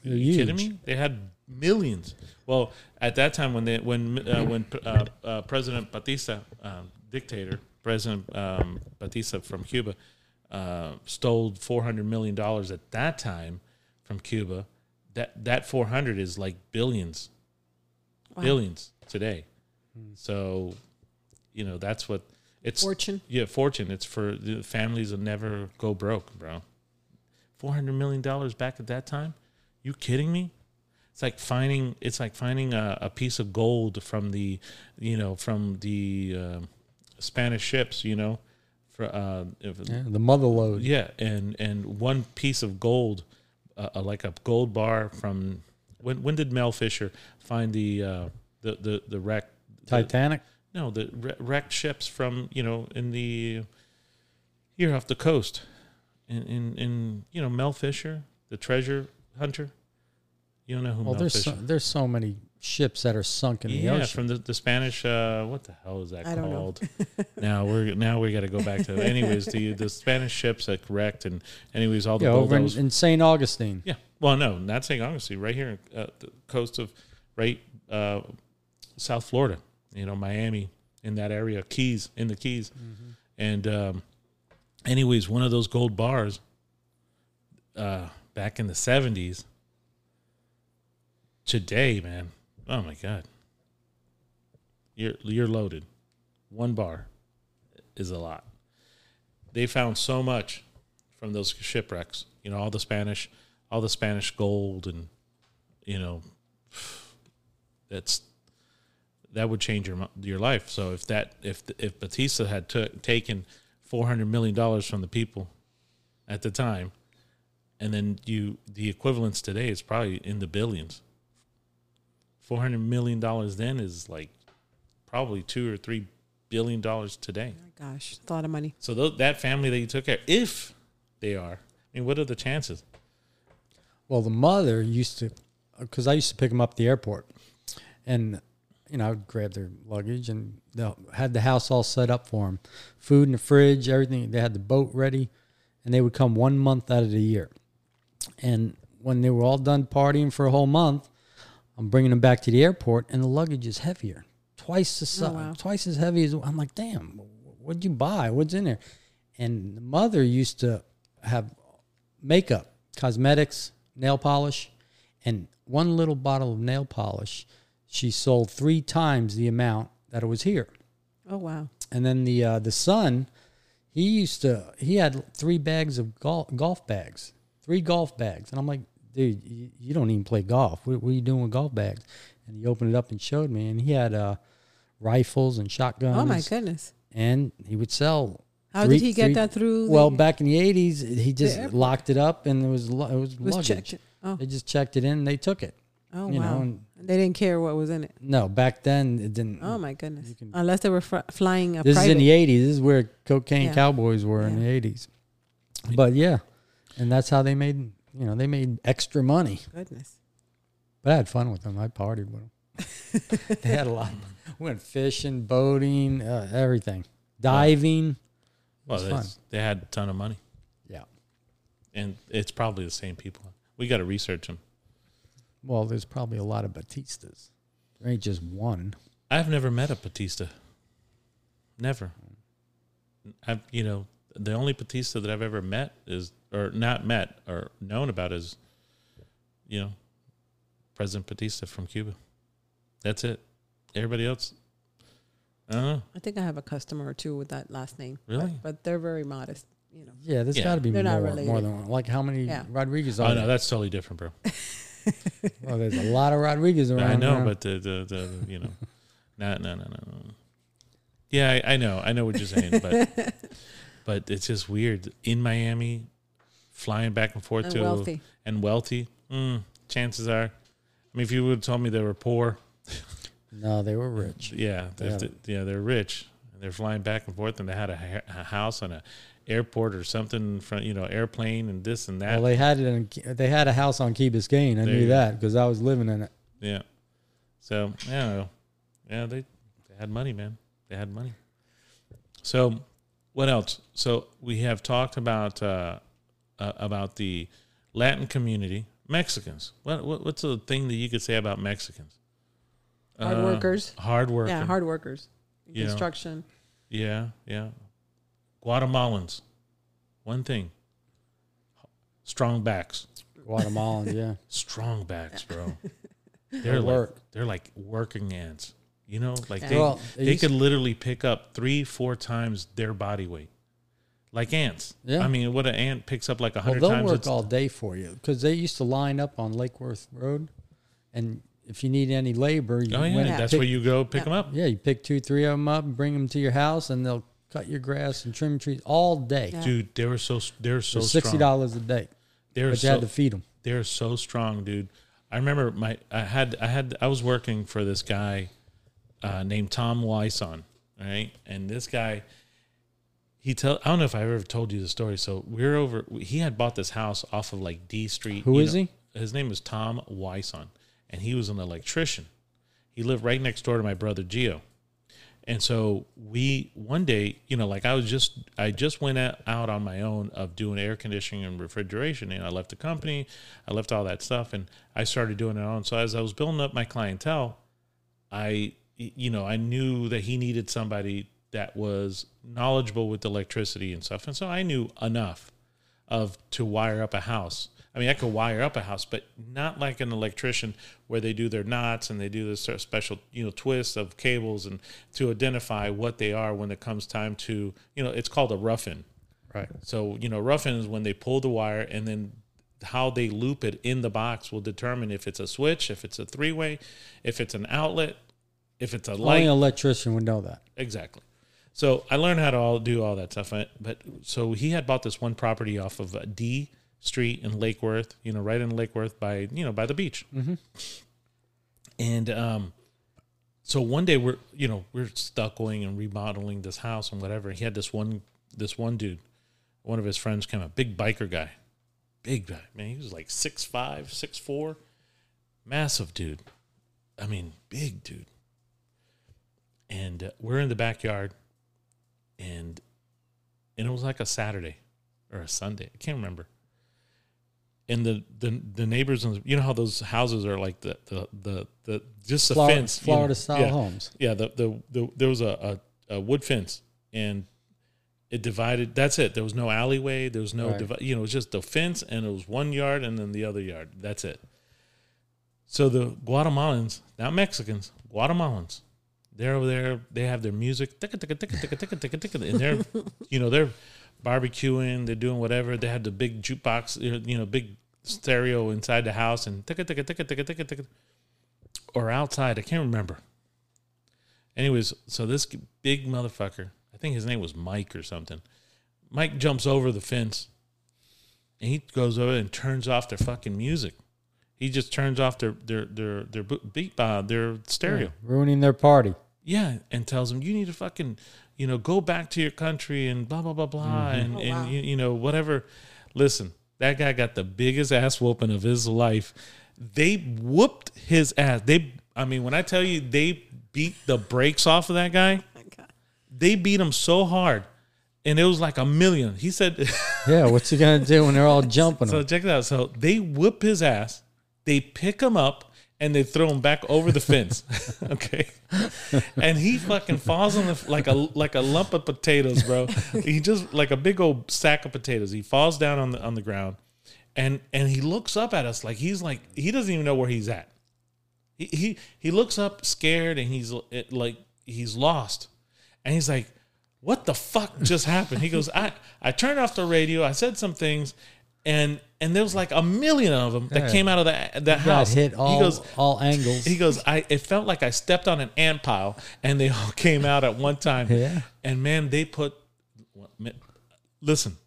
Speaker 4: They're
Speaker 2: you kidding
Speaker 4: huge.
Speaker 2: me? They had millions. Well, at that time when they when uh, when uh, uh, President Batista, um, dictator President um, Batista from Cuba, uh, stole four hundred million dollars at that time from Cuba. That that four hundred is like billions, billions today. Hmm. So, you know that's what it's
Speaker 3: Fortune.
Speaker 2: Yeah, fortune. It's for the families that never go broke, bro. Four hundred million dollars back at that time. You kidding me? It's like finding it's like finding a, a piece of gold from the you know from the um Spanish ships. You know, for uh, if,
Speaker 4: Yeah, the mother lode.
Speaker 2: yeah, and and one piece of gold, uh, uh, like a gold bar from when when did Mel Fisher find the uh, the the the wreck
Speaker 4: Titanic.
Speaker 2: no, the wre- wrecked ships from you know in the here off the coast, in in, in you know Mel Fisher, the treasure hunter. You don't know who
Speaker 4: Well,
Speaker 2: Mel
Speaker 4: there's
Speaker 2: Fisher?
Speaker 4: so, there's so many ships that are sunk in the
Speaker 2: yeah,
Speaker 4: ocean.
Speaker 2: from the, the Spanish. Uh, what the hell is that
Speaker 3: I don't know.
Speaker 2: called? now we're now we got to go back to. Anyways, the the Spanish ships that wrecked and anyways all the
Speaker 4: yeah,
Speaker 2: gold
Speaker 4: over
Speaker 2: that
Speaker 4: in,
Speaker 2: was
Speaker 4: in St. Augustine.
Speaker 2: yeah. Well, no, not St. Augustine, right here, uh, the coast of right uh, South Florida, you know, Miami, in that area, Keys, in the Keys. And, um, anyways, one of those gold bars uh, back in the 70s, today, man, oh my God, you're, you're loaded. One bar is a lot. They found so much from those shipwrecks. You know, all the Spanish, all the Spanish gold, and you know, that's that would change your mo- your life. So if that if if Batista had took taken four hundred million dollars from the people at the time, and then you the equivalence today is probably in the billions. Four hundred million dollars then is like probably two or three billion dollars today.
Speaker 3: Gosh, it's a lot of money.
Speaker 2: So tho- that family that you took care, if they are, I mean, what are the chances?
Speaker 4: Well, the mother used to, because I used to pick them up at the airport, and you know I would grab their luggage and they had the house all set up for them, food in the fridge, everything. They had the boat ready, and they would come one month out of the year, and when they were all done partying for a whole month, I'm bringing them back to the airport, and the luggage is heavier, twice the size,
Speaker 3: wow.
Speaker 4: twice as heavy as I'm like, damn, what'd you buy? What's in there? And the mother used to have makeup, cosmetics, nail polish, and one little bottle of nail polish, she sold three times the amount that it was here.
Speaker 3: Oh wow.
Speaker 4: And then the uh, the son, he used to he had three bags of golf golf bags, three golf bags, and I'm like, dude, you, you don't even play golf. What, what are you doing with golf bags? And he opened it up and showed me, and he had uh, rifles and shotguns.
Speaker 3: Oh my goodness.
Speaker 4: And he would sell.
Speaker 3: How did he get that through
Speaker 4: Well,
Speaker 3: the-
Speaker 4: back in the '80s, he just
Speaker 3: airport?
Speaker 4: locked it up, and it was lu- it was,
Speaker 3: was
Speaker 4: luggage.
Speaker 3: checked. Oh.
Speaker 4: They just checked it in, and they took it.
Speaker 3: Oh
Speaker 4: You
Speaker 3: wow.
Speaker 4: know, and-
Speaker 3: they didn't care what was in it.
Speaker 4: No, back then it didn't.
Speaker 3: Oh my goodness. Unless they were fr- flying a
Speaker 4: This
Speaker 3: private.
Speaker 4: is in the '80s. This is where cocaine
Speaker 3: Yeah.
Speaker 4: cowboys were in the '80s. But yeah, and that's how they made you know they made extra money.
Speaker 3: goodness.
Speaker 4: But I had fun with them. I partied with them. they had a lot. We went fishing, boating, uh, everything, diving.
Speaker 2: Well,
Speaker 4: It's
Speaker 2: they,
Speaker 4: fun.
Speaker 2: they had a ton of money.
Speaker 4: Yeah,
Speaker 2: and it's probably the same people. We got to research them.
Speaker 4: Well, there's probably a lot of Batistas. There ain't just one.
Speaker 2: I've never met a Batista. Never. I've you know the only Batista that I've ever met is or not met or known about is, you know, President Batista from Cuba. That's it. Everybody else, uh, oh, I don't know.
Speaker 3: I think I have a customer or two with that last name. but-
Speaker 2: Really?
Speaker 3: But, they're very modest, you know.
Speaker 4: Yeah, there's
Speaker 2: Yeah.
Speaker 4: got to be
Speaker 3: They're not
Speaker 4: more, more
Speaker 3: related.
Speaker 4: than one. Like how many
Speaker 3: Yeah.
Speaker 4: Rodriguez
Speaker 2: Oh
Speaker 4: are
Speaker 2: no,
Speaker 4: there?
Speaker 2: that's totally different, bro.
Speaker 4: Well, there's a lot of Rodriguez around.
Speaker 2: I know,
Speaker 4: now.
Speaker 2: but the the, the you know, no no no no. no. Yeah, I, I know, I know what you're saying, but but it's just weird in Miami, flying back and forth
Speaker 3: And
Speaker 2: to
Speaker 3: wealthy.
Speaker 2: and wealthy. Mm, chances are, I mean, if you would have told me they were poor,
Speaker 4: no, they were rich.
Speaker 2: yeah,
Speaker 4: Yeah.
Speaker 2: yeah. yeah, they're rich. and They're flying back and forth, and they had a, ha- a house and a airport or something from you know airplane and this and that.
Speaker 4: Well, they had it. In, they had a house on Key Biscayne. I
Speaker 2: There
Speaker 4: knew
Speaker 2: you go.
Speaker 4: that because I was living in it.
Speaker 2: Yeah. So I don't know. Yeah, they they had money, man. They had money. So what else? So we have talked about uh, uh, about the Latin community, Mexicans. What, what what's the thing that you could say about Mexicans?
Speaker 3: Hard
Speaker 2: Uh,
Speaker 3: workers.
Speaker 2: Hard worker.
Speaker 3: Yeah, hard workers. in
Speaker 2: You know.
Speaker 3: Construction.
Speaker 2: Yeah, yeah. Guatemalans. One thing. Strong backs.
Speaker 4: Guatemalan, yeah.
Speaker 2: Strong backs, bro. They're like
Speaker 4: work.
Speaker 2: they're like working ants. You know, like
Speaker 3: Yeah.
Speaker 2: they
Speaker 4: Well, they
Speaker 2: they,
Speaker 4: used-
Speaker 2: could literally pick up three, four times their body weight, like ants.
Speaker 4: Yeah.
Speaker 2: I mean, what an ant picks up like a
Speaker 4: Well,
Speaker 2: hundred
Speaker 4: they'll
Speaker 2: times.
Speaker 4: work
Speaker 2: its-
Speaker 4: all day for you because they used to line up on Lake Worth Road, and if you need any labor, you
Speaker 2: oh yeah,
Speaker 4: went
Speaker 3: Yeah.
Speaker 4: and
Speaker 2: that's
Speaker 4: pick,
Speaker 2: where you go pick them up.
Speaker 4: Yeah, you pick two, three of them up, and bring them to your house, and they'll cut your grass and trim trees all day.
Speaker 3: Yeah.
Speaker 2: Dude, they were so they're so
Speaker 4: For sixty
Speaker 2: strong.
Speaker 4: dollars a day,
Speaker 2: They're
Speaker 4: but you
Speaker 2: so,
Speaker 4: had to feed them.
Speaker 2: they're so strong, dude. I remember my I had I had I was working for this guy uh, named Tom Wyson, right? And this guy, he tell I don't know if I ever told you the story. So we're over. He had bought this house off of like D Street.
Speaker 4: Who
Speaker 2: Who is
Speaker 4: is
Speaker 2: he? His name was Tom Wyson, and he was an electrician. He lived right next door to my brother Gio. And so we one day, you know, like I was just I just went out out on my own of doing air conditioning and refrigeration. And I left the company, I left all that stuff, and I started doing it on. So as I was building up my clientele, I you know I knew that he needed somebody that was knowledgeable with electricity and stuff, and so I knew enough of to wire up a house. I mean, I could wire up a house, but not like an electrician where they do their knots and they do this sort of special, you know, twist of cables and to identify what they are when it comes time to, you know, it's called a rough in.
Speaker 4: Right.
Speaker 2: So, you know, rough in is when they pull the wire and then how they loop it in the box will determine if it's a switch, if it's a three way, if it's an outlet, if it's a
Speaker 4: Only
Speaker 2: light.
Speaker 4: an electrician would know that.
Speaker 2: Exactly. So I learned how to all do all that stuff. I- But so he had bought this one property off of uh, D Street in Lake Worth, you know, right in Lake Worth by you know by the beach. And um, so one day we're you know we're stuccoing and remodeling this house and whatever. He had this one this one dude, one of his friends came up, big biker guy, big guy man. He was like six five, six four, massive dude. I mean, big dude and uh, we're in the backyard and and it was like a saturday or a sunday i can't remember and the the, the neighbors and you know how those houses are like the the the, the just the
Speaker 4: Florida,
Speaker 2: fence you know?
Speaker 4: Florida style
Speaker 2: yeah.
Speaker 4: homes.
Speaker 2: yeah the, the the there was a, a a wood fence and it divided that's it there was no alleyway there was no
Speaker 4: Right.
Speaker 2: divi- you know it was just the fence and it was one yard and then the other yard that's it so the Guatemalans, not Mexicans, Guatemalans, they're over there. They have their music, ticka, ticka, ticka, ticka, ticka, ticka, ticka, and they're, you know, they're barbecuing. They're doing whatever. They have the big jukebox, you know, big stereo inside the house, and ticka, ticka, ticka, ticka, ticka, ticka, or outside. I can't remember. Anyways, so this big motherfucker, I think his name was Mike or something. Mike jumps over the fence, and he goes over and turns off their fucking music. He just turns off their their their their bo- beat uh, their stereo.
Speaker 4: Ruining their party.
Speaker 2: Yeah, and tells them you need to fucking you know go back to your country and blah blah blah blah and and
Speaker 3: wow.
Speaker 2: you, you know whatever. Listen, that guy got the biggest ass whooping of his life. They whooped his ass. They, I mean, when I tell you they beat the brakes off of that guy,
Speaker 3: My God.
Speaker 2: they beat him so hard and it was like a million. He said,
Speaker 4: Yeah, what's he gonna do when they're all jumping
Speaker 2: so
Speaker 4: him?
Speaker 2: check it out. So they whip his ass, they pick him up, and they throw him back over the fence. okay, and he fucking falls on the f- like a like a lump of potatoes, bro. He just like a big old sack of potatoes. He falls down on the on the ground, and and he looks up at us like he's like he doesn't even know where he's at. He he, he looks up scared and he's l- it- like he's lost, and he's like. What the fuck just happened? He goes, I, I turned off the radio. I said some things, and and there was like a million of them that
Speaker 4: Yeah.
Speaker 2: came out of that that
Speaker 4: Got
Speaker 2: house.
Speaker 4: hit all
Speaker 2: he goes,
Speaker 4: all angles.
Speaker 2: he goes, I it felt like I stepped on an ant pile and they all came out at one time.
Speaker 4: Yeah.
Speaker 2: And man, they put listen,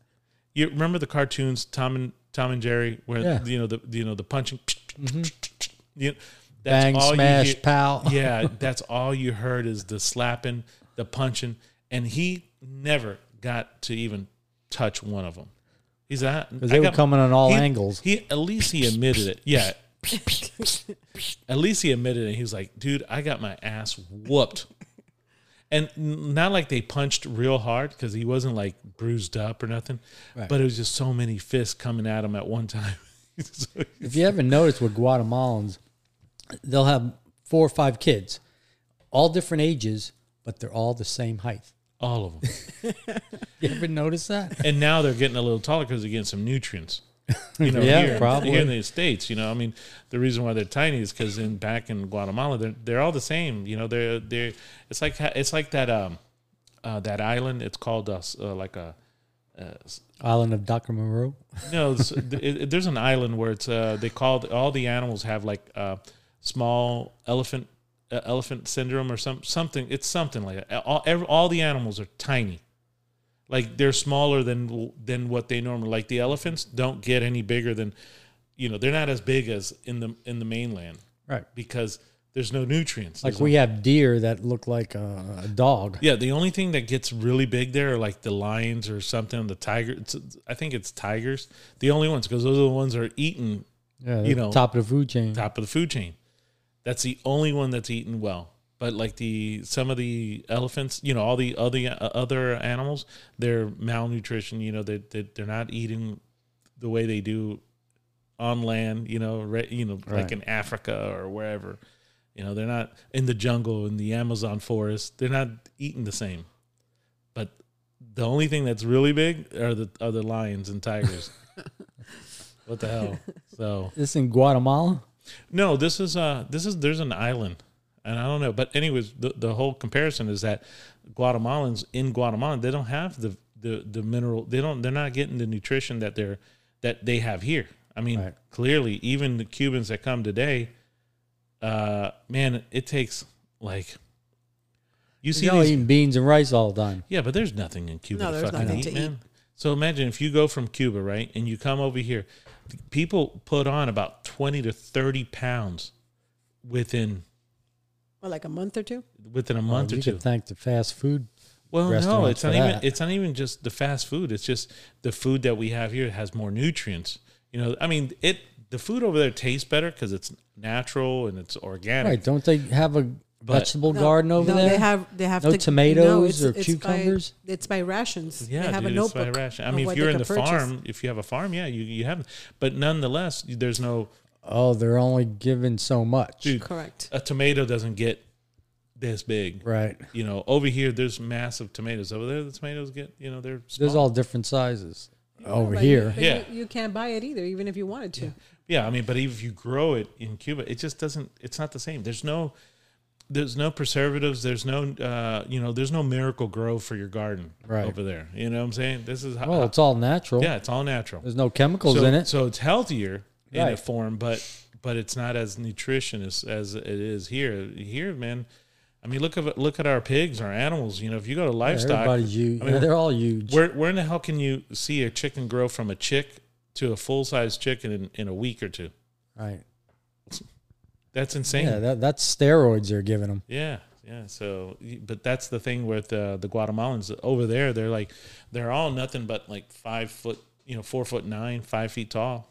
Speaker 2: you remember the cartoons Tom and Tom and Jerry where
Speaker 4: Yeah. Mm-hmm.
Speaker 2: you know the you know the punching you know, that's
Speaker 4: Bang,
Speaker 2: all you
Speaker 4: smash,
Speaker 2: hear-
Speaker 4: pow.
Speaker 2: yeah, that's all you heard is the slapping, the punching, and he never got to even touch one of them. He's because
Speaker 4: they were coming on all angles.
Speaker 2: He at least he admitted it. Yeah, at least he admitted it. He was like, "Dude, I got my ass whooped," and n- not like they punched real hard because he wasn't like bruised up or nothing. But it was just so many fists coming at him at one time. So he's-
Speaker 4: If you haven't noticed with Guatemalans, they'll have four or five kids, all different ages, but they're all the same height.
Speaker 2: all of them.
Speaker 4: You ever notice that?
Speaker 2: and now they're getting a little taller because they're getting some nutrients. You know,
Speaker 4: Yeah,
Speaker 2: here,
Speaker 4: probably.
Speaker 2: here in the states, you know, I mean, the reason why they're tiny is because in back in Guatemala, they're they're all the same. You know, they're they're it's like ha- it's like that um uh, that island. It's called us uh, like a
Speaker 4: Island of Dr. Monroe.
Speaker 2: no. It's, it, it- there's an island where it's uh they called all the animals have like uh small elephant uh, elephant syndrome or some something. It's something like that. All every, all the animals are tiny. like they're smaller than than what they normally like the elephants don't get any bigger than you know they're not as big as in the in the mainland
Speaker 4: Right.
Speaker 2: because there's no nutrients
Speaker 4: Like
Speaker 2: There's
Speaker 4: we
Speaker 2: no-
Speaker 4: have deer that look like a, a dog.
Speaker 2: yeah the only thing that gets really big there are like the lions or something the tiger it's, i think it's tigers the only ones because those are the ones that are eaten
Speaker 4: Yeah,
Speaker 2: You
Speaker 4: the
Speaker 2: know,
Speaker 4: top of the food chain.
Speaker 2: top of the food chain that's the only one that's eaten well but like the some of the elephants you know all the other uh, other animals they're malnutrition you know they, they they're not eating the way they do on land, you know, re, you know, like
Speaker 4: Right.
Speaker 2: in Africa or wherever. You know, they're not in the jungle in the Amazon forest. They're not eating the same. But the only thing that's really big are the are the lions and tigers. what the hell? So
Speaker 4: This in Guatemala.
Speaker 2: no, this is uh this is there's an island, and I don't know. But anyways, the, the whole comparison is that Guatemalans in Guatemala they don't have the the the mineral they don't they're not getting the nutrition that they're that they have here. I mean,
Speaker 4: Right.
Speaker 2: clearly, even the Cubans that come today, uh, man, it takes like you see
Speaker 4: Y'all
Speaker 2: these
Speaker 4: eating beans and rice all the time.
Speaker 2: yeah, but there's nothing in Cuba
Speaker 3: No,
Speaker 2: to
Speaker 3: there's
Speaker 2: fucking
Speaker 3: nothing
Speaker 2: eat,
Speaker 3: to
Speaker 2: man. So imagine if you go from Cuba, right, and you come over here, people put on about twenty to thirty pounds within
Speaker 3: Or like a month or two.
Speaker 2: within a month or
Speaker 4: you
Speaker 2: two.
Speaker 4: could thank the fast food.
Speaker 2: Well, no,
Speaker 4: restaurants
Speaker 2: it's not
Speaker 4: for
Speaker 2: even
Speaker 4: that.
Speaker 2: it's not even just the fast food. It's just the food that we have here has more nutrients. You know, I mean, it the food over there tastes better because it's natural and it's organic.
Speaker 4: Right? Don't they have a vegetable
Speaker 3: No,
Speaker 4: garden over
Speaker 3: no,
Speaker 4: there?
Speaker 3: They have they have
Speaker 4: No
Speaker 3: to- it's-
Speaker 4: tomatoes or
Speaker 3: it's by-
Speaker 4: cucumbers?
Speaker 3: it's by rations.
Speaker 2: Yeah,
Speaker 3: they have
Speaker 2: dude,
Speaker 3: a
Speaker 2: it's by
Speaker 3: notebook.
Speaker 2: ration. I
Speaker 3: of
Speaker 2: mean, if
Speaker 3: what
Speaker 2: you're
Speaker 3: they
Speaker 2: in
Speaker 3: can
Speaker 2: the
Speaker 3: purchase.
Speaker 2: farm, if you have a farm, yeah, you you have. But nonetheless, there's no
Speaker 4: oh, they're only given so much.
Speaker 2: dude.
Speaker 3: correct.
Speaker 2: a tomato doesn't get this big.
Speaker 4: Right.
Speaker 2: You know, over here there's massive tomatoes. Over there the tomatoes get, you know, they're small.
Speaker 4: There's all different sizes over
Speaker 3: But
Speaker 4: here.
Speaker 3: you, but
Speaker 2: Yeah.
Speaker 3: you, you can't buy it either, even if you wanted to.
Speaker 2: yeah, I mean, but even if you grow it in Cuba, it just doesn't it's not the same. There's no there's no preservatives, there's no uh, you know, there's no miracle grow for your garden
Speaker 4: Right.
Speaker 2: over there. You know what I'm saying? This is how
Speaker 4: Well, Oh, it's all natural.
Speaker 2: Yeah, it's all natural.
Speaker 4: There's no chemicals
Speaker 2: so,
Speaker 4: in it.
Speaker 2: So it's healthier in a
Speaker 4: Right.
Speaker 2: form, but but it's not as nutrition as, as it is here. Here, man, I mean, look at look at our pigs, our animals. You know, if you go to livestock,
Speaker 4: Everybody's huge.
Speaker 2: I mean,
Speaker 4: they're all huge.
Speaker 2: where where in the hell can you see a chicken grow from a chick to a full size chicken in, in a week or two?
Speaker 4: Right.
Speaker 2: That's insane.
Speaker 4: Yeah,
Speaker 2: Yeah,
Speaker 4: that, that's steroids they're giving them.
Speaker 2: yeah. so, but that's the thing with uh, the Guatemalans over there. They're like, they're all nothing but like five foot, you know, four foot nine, five feet tall,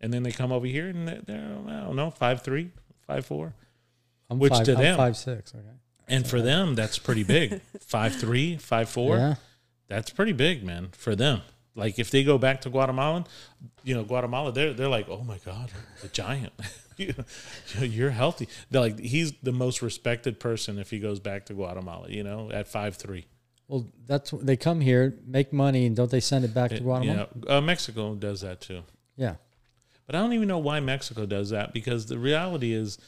Speaker 2: and then they come over here and they're, they're I don't know, five three, five four,
Speaker 4: I'm
Speaker 2: Which
Speaker 4: five,
Speaker 2: to
Speaker 4: I'm
Speaker 2: them-
Speaker 4: five six. Okay.
Speaker 2: and for them that's pretty big, five three, five four.
Speaker 4: Yeah.
Speaker 2: That's pretty big, man, for them. Like if they go back to Guatemala, you know, Guatemala, they're they're like, oh my god, the giant. You- You're healthy. They're like he's the most respected person if he goes back to Guatemala. You know, at five three.
Speaker 4: Well, that's what- they come here, make money, and don't they send it back to Guatemala?
Speaker 2: Yeah, uh, Mexico does that too.
Speaker 4: Yeah.
Speaker 2: But I don't even know why Mexico does that because the reality is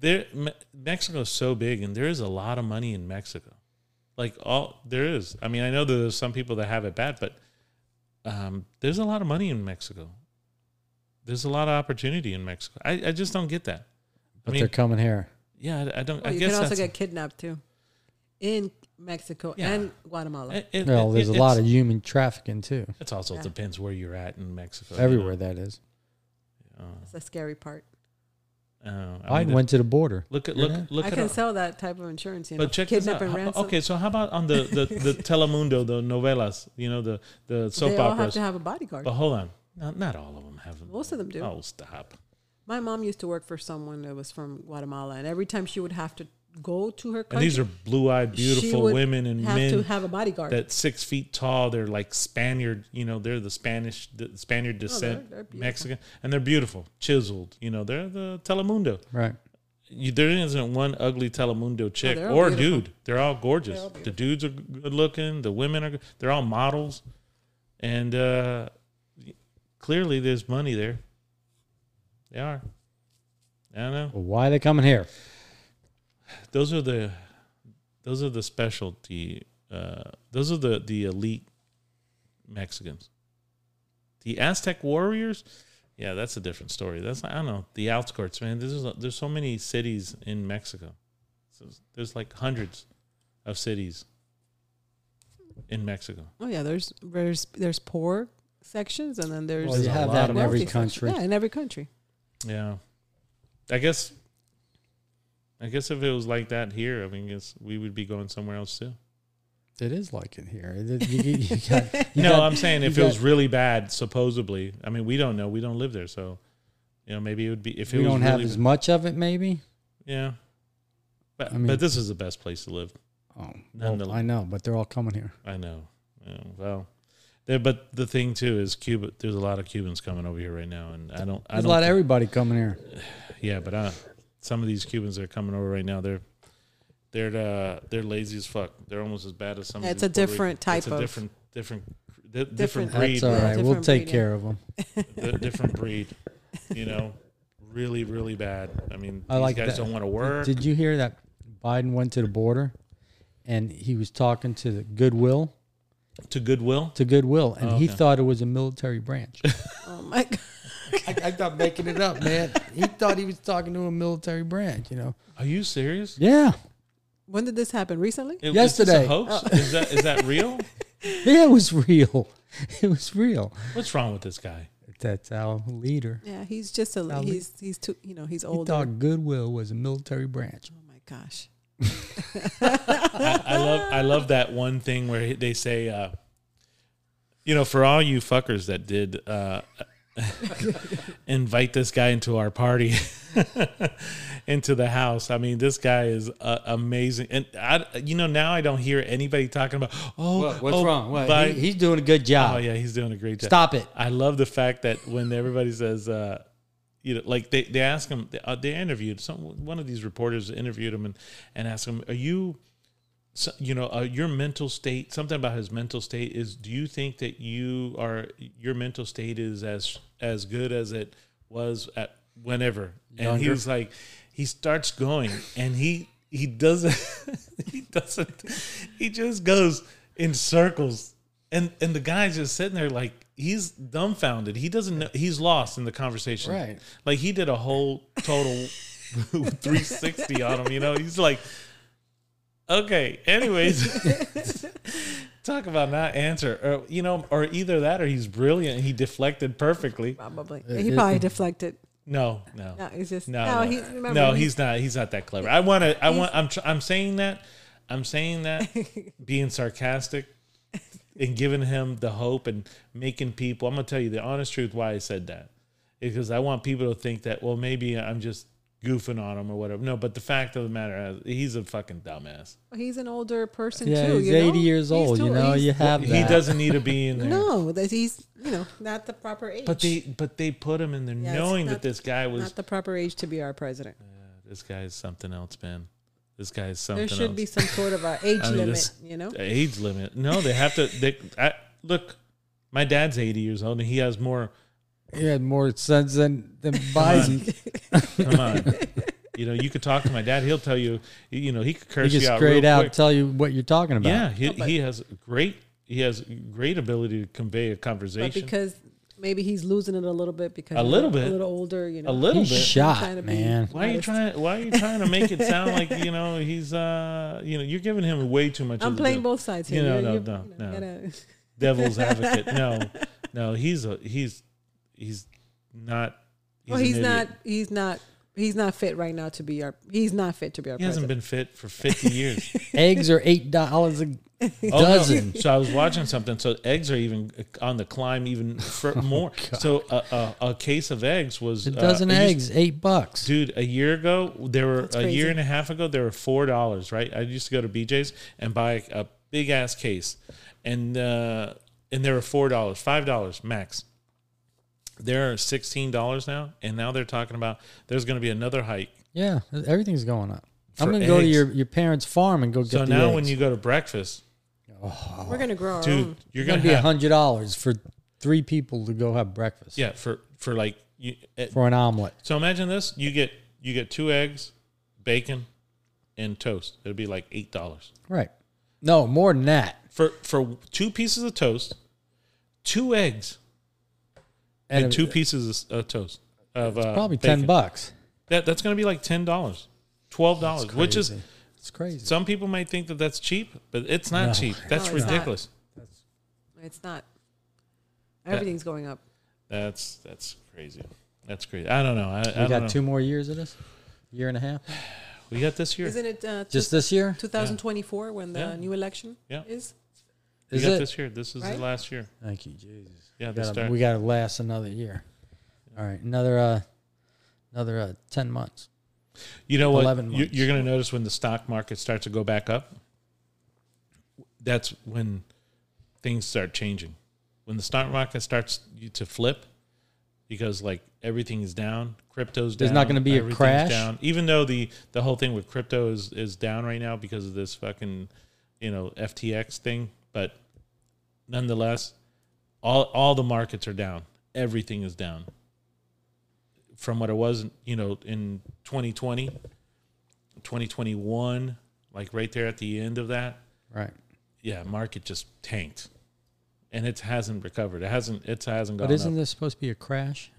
Speaker 2: there Me- Mexico is so big and there is a lot of money in Mexico. Like all there is. I mean, I know there's some people that have it bad, but um, there's a lot of money in Mexico. There's a lot of opportunity in Mexico. I, I just don't get that.
Speaker 4: But
Speaker 2: I mean,
Speaker 4: they're coming here.
Speaker 2: yeah, I, I don't.
Speaker 3: Oh,
Speaker 2: I
Speaker 3: you
Speaker 2: guess
Speaker 3: can also
Speaker 2: that's-
Speaker 3: get kidnapped too in Mexico
Speaker 2: Yeah.
Speaker 3: and Guatemala.
Speaker 2: it- it-
Speaker 4: Well,
Speaker 2: it-
Speaker 4: there's a
Speaker 2: it's-
Speaker 4: lot of human trafficking too.
Speaker 2: It also depends where you're at in Mexico. you know.
Speaker 4: Everywhere that is.
Speaker 3: That's the scary part.
Speaker 2: Uh,
Speaker 4: I,
Speaker 2: I mean,
Speaker 4: went to the border.
Speaker 2: look at look look
Speaker 3: I
Speaker 2: at
Speaker 3: can
Speaker 2: our-
Speaker 3: sell that type of insurance, you know.
Speaker 2: But check this
Speaker 3: Kidnap
Speaker 2: out.
Speaker 3: and
Speaker 2: How-
Speaker 3: ransom.
Speaker 2: Okay, so how about on the the, the Telemundo, the novelas, you know, the the soap
Speaker 3: they all
Speaker 2: operas?
Speaker 3: have to have a bodyguard.
Speaker 2: but hold on, not, not all of them have. them.
Speaker 3: Most of them do.
Speaker 2: Oh, stop!
Speaker 3: My mom used to work for someone that was from Guatemala, and every time she would have to go to her country,
Speaker 2: And these are blue-eyed,
Speaker 3: she
Speaker 2: beautiful
Speaker 3: would
Speaker 2: women and
Speaker 3: have
Speaker 2: men
Speaker 3: to have a bodyguard.
Speaker 2: that six feet tall. They're like Spaniard, you know, they're the Spanish the Spaniard descent,
Speaker 3: Oh, they're beautiful.
Speaker 2: Mexican, and they're beautiful, chiseled. You know, they're the Telemundo.
Speaker 4: Right.
Speaker 2: You, there isn't one ugly Telemundo chick
Speaker 3: they're all
Speaker 2: or
Speaker 3: beautiful.
Speaker 2: dude. They're all gorgeous. the dudes are good looking. The women are. good. They're all models, and uh, clearly there's money there. They are. I don't know.
Speaker 4: Well, why are they coming here?
Speaker 2: Those are the, those are the specialty. Uh, those are the the elite Mexicans. The Aztec warriors. Yeah, that's a different story. That's I don't know the outskirts, man. There's there's so many cities in Mexico. So there's like hundreds of cities in Mexico.
Speaker 3: oh yeah, there's there's there's poor sections, and then there's
Speaker 4: Well, you
Speaker 2: a
Speaker 4: have
Speaker 2: lot
Speaker 4: that
Speaker 2: of
Speaker 4: in every
Speaker 3: wealthy sections.
Speaker 4: country.
Speaker 3: Yeah, in every country.
Speaker 2: Yeah, I guess. I guess if it was like that here, I mean, guess we would be going somewhere else too.
Speaker 4: It is like it here. It- it- you- you- you got- you
Speaker 2: no,
Speaker 4: got-
Speaker 2: I'm saying
Speaker 4: you
Speaker 2: if it was really bad, supposedly. I mean, we don't know. We don't live there, so you know, maybe it would be if it
Speaker 4: we
Speaker 2: was
Speaker 4: don't
Speaker 2: really
Speaker 4: have as
Speaker 2: bad-
Speaker 4: much of it, maybe.
Speaker 2: Yeah, but
Speaker 4: I mean-
Speaker 2: but this is the best place to live.
Speaker 4: Oh,
Speaker 2: None
Speaker 4: well,
Speaker 2: the-
Speaker 4: I know, but they're all coming here.
Speaker 2: I know. Yeah, well, there, but the thing too is Cuba. There's a lot of Cubans coming over here right now, and I don't. I
Speaker 4: There's
Speaker 2: don't
Speaker 4: a lot of
Speaker 2: think-
Speaker 4: everybody coming here.
Speaker 2: Yeah, but uh, some of these Cubans that are coming over right now, they're they're uh, they're lazy as fuck. They're almost as bad as some. of
Speaker 3: It's
Speaker 2: these
Speaker 3: a
Speaker 2: Puerto Rican-
Speaker 3: different type
Speaker 2: it's a
Speaker 3: of-
Speaker 2: different different di- different
Speaker 3: Different-
Speaker 2: breed,
Speaker 4: That's all
Speaker 3: Yeah,
Speaker 4: right. We'll
Speaker 3: different
Speaker 4: take
Speaker 3: breed, eh? yeah.
Speaker 4: care of them.
Speaker 2: di- different breed. You know, really really bad. I mean,
Speaker 4: I
Speaker 2: these
Speaker 4: like
Speaker 2: guys
Speaker 4: that.
Speaker 2: don't want to work.
Speaker 4: Did you hear that Biden went to the border and he was talking to the Goodwill
Speaker 2: to Goodwill.
Speaker 4: to Goodwill and he
Speaker 2: okay.
Speaker 4: thought it was a military branch.
Speaker 3: Oh my god.
Speaker 4: I, I'm not making it up, man. He thought he was talking to a military branch, you know.
Speaker 2: Are you serious?
Speaker 4: Yeah.
Speaker 3: When did this happen? Recently?
Speaker 2: It-
Speaker 4: Yesterday. Oh.
Speaker 2: It's a hoax. Is that is that real?
Speaker 4: Yeah, it was real. It was real.
Speaker 2: What's wrong with this guy?
Speaker 4: That's our leader.
Speaker 3: Yeah, he's just a
Speaker 4: Ali.
Speaker 3: he's he's too you know he's
Speaker 4: He
Speaker 3: older.
Speaker 4: thought Goodwill was a military branch.
Speaker 3: Oh my gosh.
Speaker 2: I, I love I love that one thing where they say, uh, you know, for all you fuckers that did uh, invite this guy into our party, into the house. I mean, this guy is uh, amazing, and I, you know, now I don't hear anybody talking about oh, oh, Bi-
Speaker 4: he's doing a good job.
Speaker 2: oh yeah, he's doing a great job.
Speaker 4: Stop it.
Speaker 2: I love the fact that when everybody says, uh, you know, like they, they ask him, they, uh, they interviewed some one of these reporters interviewed him and and asked him, are you, so- you know, uh, your mental state? Something about his mental state is. Do you think that you are your mental state is as as good as it was at whenever? And he
Speaker 4: Younger.
Speaker 2: was like, he starts going and he he doesn't he doesn't he just goes in circles and and the guy's just sitting there like he's dumbfounded he doesn't know he's lost in the conversation
Speaker 4: Right.
Speaker 2: like he did a whole total 360 on him you know he's like okay anyways talk about not answer or you know or either that or he's brilliant he deflected perfectly
Speaker 3: Probably.
Speaker 4: Uh, it-
Speaker 3: He probably deflected.
Speaker 2: no no
Speaker 3: No, it's just
Speaker 2: no, no,
Speaker 3: he's remember
Speaker 2: no,
Speaker 3: he-
Speaker 2: he's not. He's not that clever. I want to. I
Speaker 3: He's-
Speaker 2: want. I'm. Tr- I'm saying that. I'm saying that. being sarcastic and giving him the hope and making people. I'm gonna tell you the honest truth why I said that, because I want people to think that. Well, maybe I'm just goofing on him or whatever. No, but the fact of the matter is, he's a fucking dumbass.
Speaker 3: He's an older person
Speaker 4: Yeah,
Speaker 3: too.
Speaker 4: he's
Speaker 3: you know?
Speaker 4: 80 years
Speaker 3: He's
Speaker 4: old. you
Speaker 3: too-
Speaker 4: know,
Speaker 3: he's-
Speaker 4: you have
Speaker 2: He
Speaker 4: that.
Speaker 2: doesn't need to be in there.
Speaker 3: No, that he's you know not the proper age.
Speaker 2: But they but they put him in there
Speaker 3: Yeah, it's
Speaker 2: knowing
Speaker 3: not-
Speaker 2: that this guy was
Speaker 3: not the proper age to be our president.
Speaker 2: this guy is something else, man. This guy is something
Speaker 3: There should
Speaker 2: else.
Speaker 3: be some sort of a age
Speaker 2: I mean,
Speaker 3: limit.
Speaker 2: this-
Speaker 3: you know,
Speaker 2: age limit. No, they have to. They I, look. My dad's eighty years old, and he has more.
Speaker 4: He had more sense than, than Biden.
Speaker 2: Come on, you know, you could talk to my dad. He'll tell you. You know, he could
Speaker 4: He
Speaker 2: curse
Speaker 4: just
Speaker 2: you out.
Speaker 4: straight
Speaker 2: Straight
Speaker 4: out tell you what you're talking about.
Speaker 2: yeah, he, he has great. He has great ability to convey a
Speaker 3: but
Speaker 2: conversation.
Speaker 3: because maybe he's losing it a little bit because
Speaker 2: A
Speaker 3: he's
Speaker 2: little
Speaker 3: a
Speaker 2: bit.
Speaker 3: little older. You know,
Speaker 2: a little
Speaker 4: He's
Speaker 2: bit.
Speaker 3: trying to
Speaker 4: shot,
Speaker 3: be-
Speaker 4: man.
Speaker 2: why are you
Speaker 3: modest.
Speaker 2: trying? Why are you trying to make it sound like you know he's uh you know you're giving him way too much.
Speaker 3: I'm
Speaker 2: of the
Speaker 3: playing
Speaker 2: devil.
Speaker 3: both sides here.
Speaker 2: You know,
Speaker 3: You're-
Speaker 2: no,
Speaker 3: you're-
Speaker 2: no,
Speaker 3: you know,
Speaker 2: no.
Speaker 3: gotta-
Speaker 2: devil's advocate. No, no, he's a he's he's not.
Speaker 3: well,
Speaker 2: an
Speaker 3: he's
Speaker 2: idiot.
Speaker 3: not. He's not. He's not fit right now to be our. He's not fit to be our
Speaker 2: He hasn't
Speaker 3: president.
Speaker 2: been fit for fifty years.
Speaker 4: Eggs are eight dollars a
Speaker 2: Oh, no.
Speaker 4: dozen.
Speaker 2: So I was watching something. So eggs are even uh, on the climb even fur- more. so a, a, a case of eggs was
Speaker 4: Oh, A
Speaker 2: uh,
Speaker 4: dozen
Speaker 2: it used-
Speaker 4: eggs, eight bucks.
Speaker 2: Dude, a year ago there were
Speaker 3: That's
Speaker 2: a
Speaker 3: crazy.
Speaker 2: year and a half ago there were four dollars. Right, I used to go to BJ's and buy a big ass case, and uh, and there were four dollars, five dollars max. There are sixteen dollars now, and now they're talking about there's going to be another hike.
Speaker 4: Yeah, everything's going up. I'm
Speaker 2: For
Speaker 4: gonna go to
Speaker 2: eggs.
Speaker 4: your, your parents' farm and go get
Speaker 2: So
Speaker 4: the
Speaker 2: now
Speaker 4: eggs.
Speaker 2: when you go to breakfast,
Speaker 3: We're gonna grow our
Speaker 2: dude,
Speaker 3: own.
Speaker 2: you're
Speaker 4: it's gonna
Speaker 2: going
Speaker 4: be
Speaker 2: to
Speaker 4: a
Speaker 2: have
Speaker 4: hundred dollars for three people to go have breakfast.
Speaker 2: yeah for for like you, at-
Speaker 4: For an omelet.
Speaker 2: So imagine this: you get you get two eggs, bacon, and toast. It'll be like eight dollars
Speaker 4: Right. No, more than that.
Speaker 2: for for two pieces of toast, two eggs, and,
Speaker 4: a-
Speaker 2: two pieces of toast of uh,
Speaker 4: probably ten
Speaker 2: bacon.
Speaker 4: bucks.
Speaker 2: That that's going to be like ten dollars, twelve dollars, which is
Speaker 4: Crazy. it's crazy.
Speaker 2: some people might think that that's cheap, but it's not
Speaker 4: No.
Speaker 2: cheap. That's
Speaker 3: No, it's not.
Speaker 2: ridiculous.
Speaker 3: It's not. Everything's going up.
Speaker 2: That's that's crazy. That's crazy. I don't know. I,
Speaker 4: we
Speaker 2: I
Speaker 4: got
Speaker 2: don't know.
Speaker 4: two more years of this? Year and a half?
Speaker 2: we got this year.
Speaker 3: Isn't it uh,
Speaker 4: Just this year?
Speaker 3: 2024 when the
Speaker 2: Yeah.
Speaker 3: new election
Speaker 2: Yeah.
Speaker 3: is?
Speaker 2: we
Speaker 4: Is
Speaker 2: got
Speaker 4: it?
Speaker 2: this year. This is
Speaker 3: Right?
Speaker 2: the last year.
Speaker 4: Thank you, Jesus.
Speaker 2: Yeah,
Speaker 4: We
Speaker 2: this
Speaker 4: gotta,
Speaker 2: start.
Speaker 4: we gotta last another year. All right. Another uh another uh ten months.
Speaker 2: You know what?
Speaker 4: 11
Speaker 2: You-
Speaker 4: months.
Speaker 2: You're going to notice when the stock market starts to go back up. That's when things start changing. When the stock market starts to flip, because like everything is down, crypto's
Speaker 4: There's
Speaker 2: down.
Speaker 4: not gonna be a
Speaker 2: everything's
Speaker 4: crash?
Speaker 2: Down. Even though the the whole thing with crypto is is down right now because of this fucking you know FTX thing, but nonetheless, all all the markets are down. Everything is down from what it was, you know, in 2020, 2021, like right there at the end of that.
Speaker 4: Right.
Speaker 2: Yeah, market just tanked. And it hasn't recovered. It hasn't it hasn't gone
Speaker 4: But isn't
Speaker 2: up.
Speaker 4: this supposed to be a crash?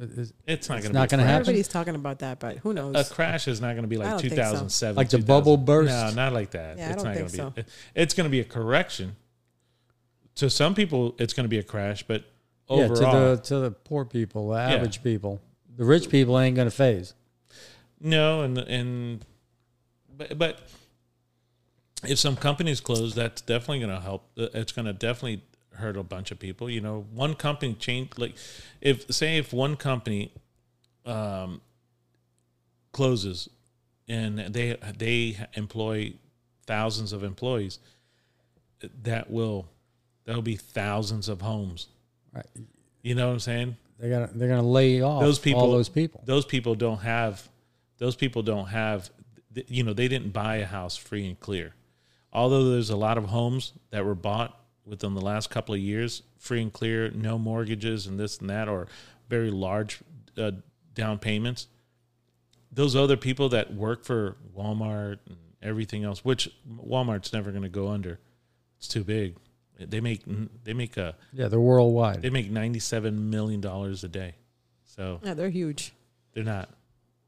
Speaker 4: Is- is-
Speaker 2: it's not going to
Speaker 4: not
Speaker 2: be
Speaker 4: gonna
Speaker 2: a crash.
Speaker 4: happen?
Speaker 3: Everybody's talking about that, but who knows?
Speaker 2: A crash is not going to be
Speaker 3: I
Speaker 2: like
Speaker 3: don't think so.
Speaker 2: 2007.
Speaker 4: Like the bubble
Speaker 2: 2000.
Speaker 4: burst?
Speaker 2: No, not like that.
Speaker 3: Yeah, I
Speaker 2: it's
Speaker 3: don't
Speaker 2: not
Speaker 3: think
Speaker 2: going to be. It's going to be a correction. To some people, it's going to be a crash, but overall,
Speaker 4: Yeah, to the to the poor people, the average people. The rich people ain't gonna phase.
Speaker 2: No, and and but but if some companies close, that's definitely going to help. Uh, It's going to definitely hurt a bunch of people. You know, one company change like if say if one company um, closes and they they employ thousands of employees, that will there'll be thousands of homes.
Speaker 4: Right.
Speaker 2: You know what I'm saying?
Speaker 4: They're gonna they're gonna lay off
Speaker 2: those people
Speaker 4: all those people.
Speaker 2: those people don't have those people don't have th- you know they didn't buy a house free and clear although there's a lot of homes that were bought within the last couple of years free and clear no mortgages and this and that or very large uh, down payments those other people that work for Walmart and everything else which Walmart's never going to go under it's too big they make they make a
Speaker 4: Yeah, they're worldwide.
Speaker 2: they make 97 million dollars a day so
Speaker 3: yeah, they're huge.
Speaker 2: they're not.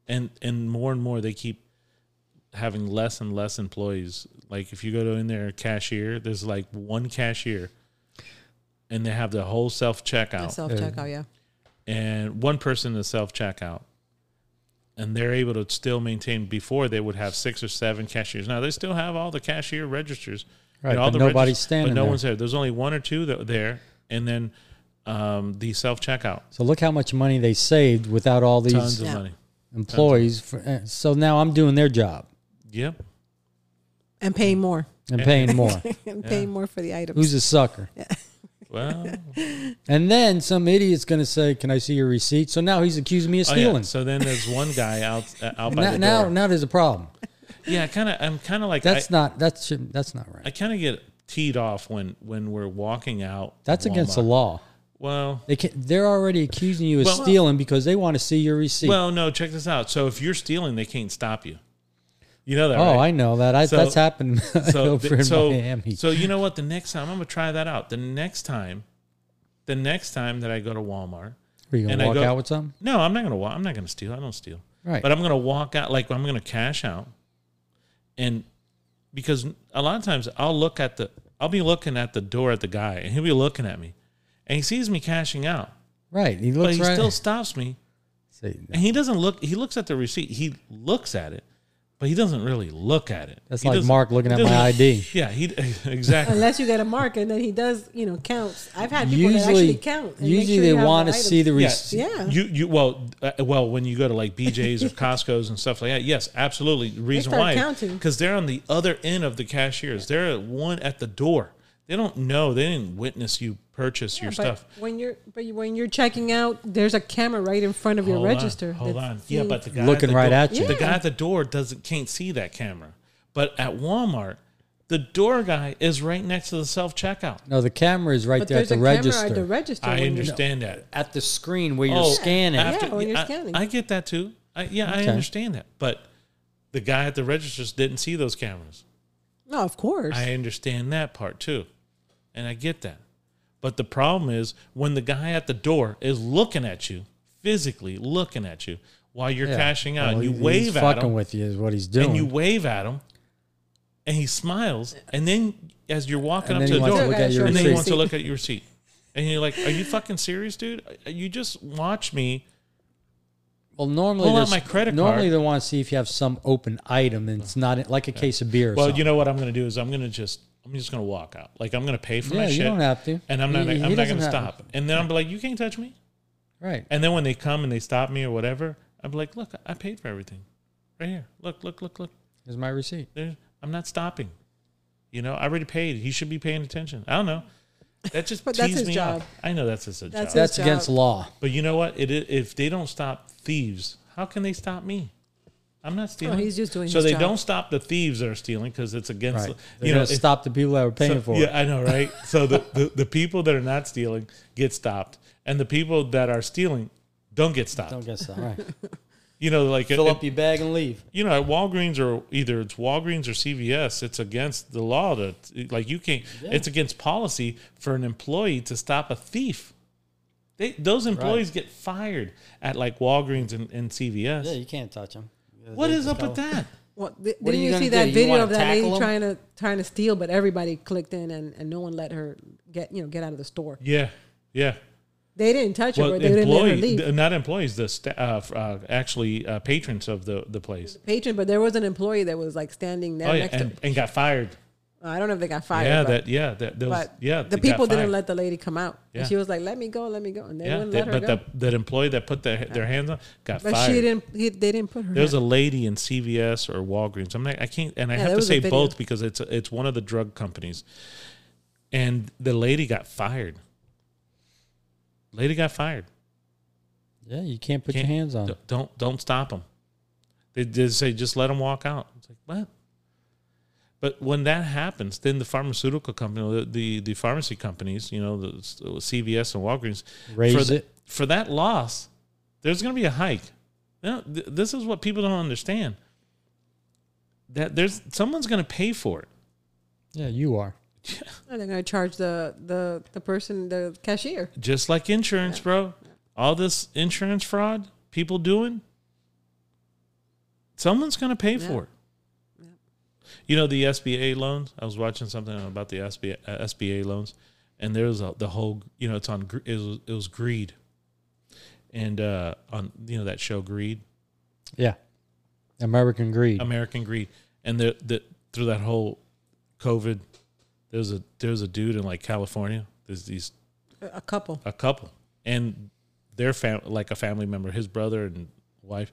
Speaker 2: And and more and more they keep having less and less employees. Like if you go to in their cashier, there's like one cashier and they have the whole self checkout
Speaker 3: Self checkout, yeah.
Speaker 2: and one person in the self checkout. And they're able to still maintain before they would have six or seven cashiers. Now they still have all the cashier registers. and
Speaker 4: Right,
Speaker 2: all
Speaker 4: but nobody's
Speaker 2: regis-
Speaker 4: standing
Speaker 2: But no
Speaker 4: there.
Speaker 2: one's there. There's only one or two that, there, and then um, the self checkout.
Speaker 4: so look how much money they saved without all these
Speaker 2: Tons of
Speaker 3: Yeah.
Speaker 2: money.
Speaker 4: employees. For, eh, so now I'm doing their job
Speaker 2: Yep.
Speaker 3: and paying more
Speaker 2: Eh.
Speaker 4: and paying more.
Speaker 3: and paying more for the items.
Speaker 4: Who's a sucker?
Speaker 2: Well,
Speaker 4: And then some idiot's going to say, "Can I see your receipt?" So now he's accusing me of
Speaker 2: oh, yeah.
Speaker 4: stealing.
Speaker 2: So then there's one guy out uh, out by
Speaker 4: now,
Speaker 2: the
Speaker 4: now,
Speaker 2: door.
Speaker 4: now there's a problem.
Speaker 2: Yeah, kind of. I'm kind of like
Speaker 4: That's
Speaker 2: I,
Speaker 4: not that's shouldn't- that's not right.
Speaker 2: I kind of get teed off when when we're walking out.
Speaker 4: That's against the
Speaker 2: Walmart.
Speaker 4: law.
Speaker 2: Well,
Speaker 4: They can, they're already accusing you of
Speaker 2: Well-
Speaker 4: stealing because they want to see your receipt.
Speaker 2: well, no. Check this out. So if you're stealing, they can't stop you. You know that,
Speaker 4: oh,
Speaker 2: right?
Speaker 4: I know that. I,
Speaker 2: So-
Speaker 4: that's happened over
Speaker 2: th-
Speaker 4: in
Speaker 2: so,
Speaker 4: Miami.
Speaker 2: so you know what? The next time I'm gonna try that out. The next time, the next time that I go to Walmart,
Speaker 4: Are you going
Speaker 2: and
Speaker 4: to
Speaker 2: I
Speaker 4: walk
Speaker 2: go-
Speaker 4: out with something?
Speaker 2: no, I'm not gonna walk. I'm not gonna steal. I don't steal.
Speaker 4: Right.
Speaker 2: But I'm gonna walk out like I'm gonna cash out, and because a lot of times I'll look at the I'll be looking at the door at the guy, and he'll be looking at me, and he sees me cashing out,
Speaker 4: right. He
Speaker 2: but
Speaker 4: looks
Speaker 2: he
Speaker 4: right.
Speaker 2: still stops me,
Speaker 4: See,
Speaker 2: and he doesn't look. He looks at the receipt. He looks at it. But he doesn't really look at it.
Speaker 4: That's
Speaker 2: He
Speaker 4: like
Speaker 2: doesn't-
Speaker 4: Mark looking
Speaker 2: he
Speaker 4: at my
Speaker 2: doesn't-
Speaker 4: ID.
Speaker 2: Yeah, he exactly.
Speaker 3: Unless you get a mark and then he does, you know, counts. I've had people that actually
Speaker 4: usually
Speaker 3: count. and make
Speaker 4: usually
Speaker 3: sure
Speaker 4: they
Speaker 3: you have
Speaker 4: want to
Speaker 3: the items.
Speaker 4: see the
Speaker 2: Yes.
Speaker 4: receipt.
Speaker 3: Yeah.
Speaker 2: You you well uh, well when you go to like BJ's or Costco's and stuff like that. Yes, absolutely. The reason
Speaker 3: start
Speaker 2: why
Speaker 3: counting.
Speaker 2: because they're on the other end of the cashiers. They're at one at the door. They don't know. They didn't witness you purchase your
Speaker 3: but
Speaker 2: stuff.
Speaker 3: When you're but you- when you're checking out, there's a camera right in front of your
Speaker 2: Hold on,
Speaker 3: register.
Speaker 2: hold
Speaker 3: that's
Speaker 2: on. Yeah,
Speaker 3: seeing-
Speaker 2: but the guy
Speaker 4: Looking
Speaker 2: the
Speaker 4: right
Speaker 2: door-
Speaker 4: at you.
Speaker 2: The guy
Speaker 3: Yeah.
Speaker 2: at the door doesn't can't see that camera. But at Walmart, the door guy is right next to the self checkout.
Speaker 4: No, the camera is right
Speaker 3: but
Speaker 4: there
Speaker 3: there's
Speaker 4: at the
Speaker 3: a
Speaker 4: register.
Speaker 3: camera at the register. when
Speaker 2: I
Speaker 3: you're-
Speaker 2: understand that.
Speaker 4: at the screen where you're
Speaker 2: Oh,
Speaker 4: scanning.
Speaker 2: after-
Speaker 3: Yeah, when you're
Speaker 2: I-
Speaker 3: scanning.
Speaker 2: I, get that too. I, yeah, I
Speaker 4: Okay.
Speaker 2: understand that. But the guy at the registers didn't see those cameras.
Speaker 3: No, of course.
Speaker 2: I understand that part too. And I get that. But the problem is when the guy at the door is looking at you, physically looking at you while you're
Speaker 4: Yeah.
Speaker 2: cashing out,
Speaker 4: Well,
Speaker 2: and you
Speaker 4: he- he's
Speaker 2: wave at
Speaker 4: fucking
Speaker 2: him,
Speaker 4: with you is what he's doing.
Speaker 2: and you wave at him, and he smiles, and then as you're walking up
Speaker 4: And then
Speaker 2: to
Speaker 4: he
Speaker 2: the
Speaker 4: wants
Speaker 2: door,
Speaker 4: to look at your
Speaker 2: and then he
Speaker 4: receipt.
Speaker 2: wants to look at your receipt, and you're like, "Are you fucking serious, dude? You just watch me."
Speaker 4: Well, normally
Speaker 2: Pull out
Speaker 4: there's-
Speaker 2: my credit
Speaker 4: Normally
Speaker 2: card.
Speaker 4: they want to see if you have some open item and it's not like a case of beer. Or
Speaker 2: Well,
Speaker 4: something.
Speaker 2: you know what I'm going to do is I'm going to just I'm just going to walk out. Like I'm going to pay for my
Speaker 4: Yeah, you
Speaker 2: shit.
Speaker 4: don't have to.
Speaker 2: And I'm not
Speaker 4: He- he
Speaker 2: I'm not
Speaker 4: doesn't
Speaker 2: going to
Speaker 4: have-
Speaker 2: stop. And then I'm like, you can't touch me.
Speaker 4: right?
Speaker 2: And then when they come and they stop me or whatever, I'm like, look, I paid for everything, right here. Look, look, look, look.
Speaker 4: Here's my receipt.
Speaker 2: There's, I'm not stopping. You know, I already paid. He should be paying attention. I don't know. That just
Speaker 3: But that's
Speaker 2: teased
Speaker 3: his
Speaker 2: me
Speaker 3: job.
Speaker 2: up. I know that's his job.
Speaker 3: That's his-
Speaker 4: That's against
Speaker 3: job.
Speaker 4: law.
Speaker 2: but you know what? It, i- if they don't stop thieves, how can they stop me? I'm not stealing.
Speaker 3: Oh, he's just doing
Speaker 2: So
Speaker 3: his
Speaker 2: they
Speaker 3: job.
Speaker 2: don't stop the thieves that are stealing because it's against.
Speaker 4: Right?
Speaker 2: the-
Speaker 4: you know,
Speaker 2: if-
Speaker 4: stop the people that were paying
Speaker 2: so-
Speaker 4: for
Speaker 2: yeah,
Speaker 4: it.
Speaker 2: I know, right? So the, the, the people that are not stealing get stopped, and the people that are stealing don't get stopped.
Speaker 4: Don't guess that. Right?
Speaker 2: You know, like
Speaker 4: Fill
Speaker 2: it-
Speaker 4: up your bag and leave.
Speaker 2: you know, at Walgreens or either it's Walgreens or CVS, it's against the law to like you can't. It's against policy for an employee to stop a thief. They, those employees get fired at like Walgreens and, and CVS.
Speaker 4: Yeah, you can't touch them.
Speaker 2: what is up with that?
Speaker 3: Well, th-
Speaker 4: What are
Speaker 3: didn't
Speaker 4: you
Speaker 3: you,
Speaker 4: gonna
Speaker 3: see that
Speaker 4: do? You
Speaker 3: video
Speaker 4: wanna
Speaker 3: of that lady
Speaker 4: tackle 'em?
Speaker 3: trying to trying to steal, but everybody clicked in and, and no one let her get you know get out of the store.
Speaker 2: Yeah, yeah.
Speaker 3: They didn't touch her,
Speaker 2: Well,
Speaker 3: or they didn't let her
Speaker 2: employee,
Speaker 3: leave.
Speaker 2: th- not employees, the sta- uh, f- uh, actually uh, patrons of the the place.
Speaker 3: Patron, but there was an employee that was like standing there
Speaker 2: Oh yeah,
Speaker 3: next
Speaker 2: and,
Speaker 3: to.
Speaker 2: and got fired.
Speaker 3: I don't know if they got fired.
Speaker 2: yeah,
Speaker 3: but,
Speaker 2: that yeah that those,
Speaker 3: but
Speaker 2: yeah
Speaker 3: the
Speaker 2: they got
Speaker 3: people
Speaker 2: fired.
Speaker 3: didn't let the lady come out.
Speaker 2: Yeah.
Speaker 3: And she was like, "Let me go, let me go," and they
Speaker 2: yeah
Speaker 3: wouldn't
Speaker 2: they-
Speaker 3: let her
Speaker 2: but
Speaker 3: go.
Speaker 2: the that employee that put their their hands on got
Speaker 3: but
Speaker 2: fired.
Speaker 3: she didn't. He, they didn't put her.
Speaker 2: There's
Speaker 3: out.
Speaker 2: a lady in CVS or Walgreens. I'm not, I can't, and I
Speaker 3: Yeah,
Speaker 2: have to
Speaker 3: there was a
Speaker 2: say
Speaker 3: video.
Speaker 2: both because it's it's one of the drug companies. And the lady got fired. Lady got fired.
Speaker 4: Yeah, you can't put
Speaker 2: Can't-
Speaker 4: your hands on. it.
Speaker 2: don't- Don't don't stop them. They just say just let them walk out. It's like what? But when that happens, then the pharmaceutical company, the the, the pharmacy companies, you know, the CVS and Walgreens, for
Speaker 4: Raise
Speaker 2: the-
Speaker 4: it.
Speaker 2: for that loss. There's going to be a hike. Now, th- this is what people don't understand. That there's someone's going to pay for it.
Speaker 4: Yeah, you are.
Speaker 3: And they're gonna charge the the the person the cashier.
Speaker 2: just like insurance, bro. All this insurance fraud people doing, someone's going to pay for it. You know the SBA loans. I was watching something about the SBA, uh, SBA loans, and there was a, the whole you know it's on gr- it was, it was greed, and uh, on you know that show Greed,
Speaker 4: Yeah, American greed.
Speaker 2: American Greed, and the, the through that whole COVID, there was a there was a dude in like California. There's these
Speaker 3: A a couple.
Speaker 2: a couple and their fam like a family member his brother and wife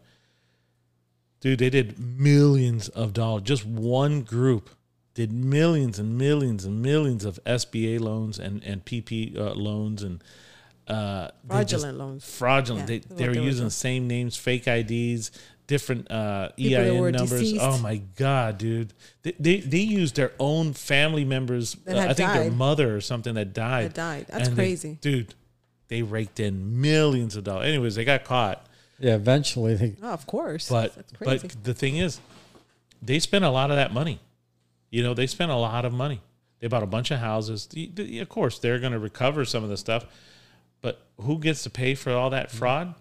Speaker 2: Dude, they did millions of dollars. Just one group did millions and millions and millions of SBA loans and and PP uh, loans and uh, they just-
Speaker 5: Fraudulent loans.
Speaker 2: Fraudulent.
Speaker 5: Yeah,
Speaker 2: they
Speaker 5: that's what
Speaker 2: they were
Speaker 5: they were
Speaker 2: using
Speaker 5: doing.
Speaker 2: the same names, fake IDs, different uh,
Speaker 5: that were
Speaker 2: EIN numbers.
Speaker 5: deceased.
Speaker 2: Oh my god, dude! They they, they used their own family members.
Speaker 5: That
Speaker 2: uh,
Speaker 5: had
Speaker 2: I think their
Speaker 5: died.
Speaker 2: mother or something that died.
Speaker 5: That died. That's
Speaker 2: they-
Speaker 5: crazy.
Speaker 2: dude. They raked in millions of dollars. Anyways, they got caught.
Speaker 4: Yeah, eventually they
Speaker 5: Oh, of course.
Speaker 2: But
Speaker 5: That's crazy.
Speaker 2: but the thing is, they spent a lot of that money. You know, they spent a lot of money. They bought a bunch of houses. The- the- Of course, they're going to recover some of the stuff, but who gets to pay for all that fraud?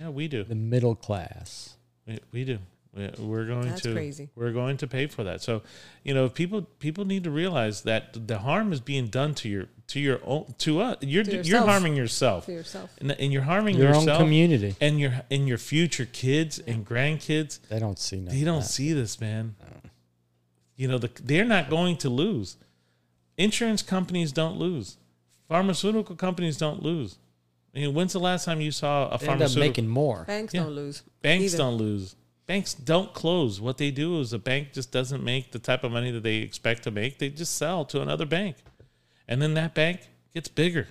Speaker 2: Yeah, we do.
Speaker 4: the middle class.
Speaker 2: We, we do. We- We're going
Speaker 5: That's
Speaker 2: to.
Speaker 5: crazy.
Speaker 2: We're going to pay for that. So, you know, people people need to realize that the harm is being done to your to your own to us. You're you're
Speaker 5: yourself.
Speaker 2: harming yourself.
Speaker 5: To yourself.
Speaker 2: And, and you're harming
Speaker 4: Your own
Speaker 2: yourself
Speaker 4: community.
Speaker 2: and your and your future kids and grandkids
Speaker 4: They don't see nothing.
Speaker 2: they don't see this, man. You know, the, they're not going to lose. Insurance companies don't lose. Pharmaceutical companies don't lose. I mean, when's the last time you saw a
Speaker 4: They end up
Speaker 2: pharmaceutical?
Speaker 4: making more.
Speaker 5: Banks
Speaker 2: Yeah.
Speaker 5: don't lose.
Speaker 2: Banks
Speaker 5: either.
Speaker 2: don't lose. Banks don't close. What they do is a bank just doesn't make the type of money that they expect to make. They just sell to another bank, and then that bank gets bigger.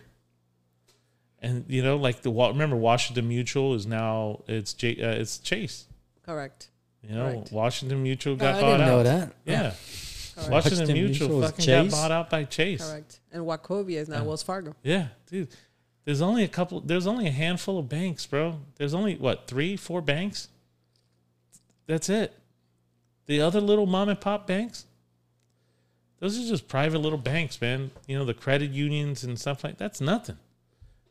Speaker 2: And you know, like the Wa- remember Washington Mutual is now it's J, uh, it's Chase.
Speaker 5: Correct.
Speaker 2: You know,
Speaker 5: Correct.
Speaker 2: Washington Mutual
Speaker 4: I
Speaker 2: got bought
Speaker 4: didn't
Speaker 2: out.
Speaker 4: know that.
Speaker 2: Yeah. Washington,
Speaker 4: Washington
Speaker 2: Mutual,
Speaker 4: Mutual is
Speaker 2: fucking got
Speaker 4: Chase?
Speaker 2: bought out by Chase.
Speaker 5: Correct. And Wachovia is now Wells Fargo.
Speaker 2: Yeah, dude. There's only a couple. There's only a handful of banks, bro. There's only what three, four banks. That's it. The other little mom and pop banks. Those are just private little banks, man. You know the credit unions and stuff like that's nothing.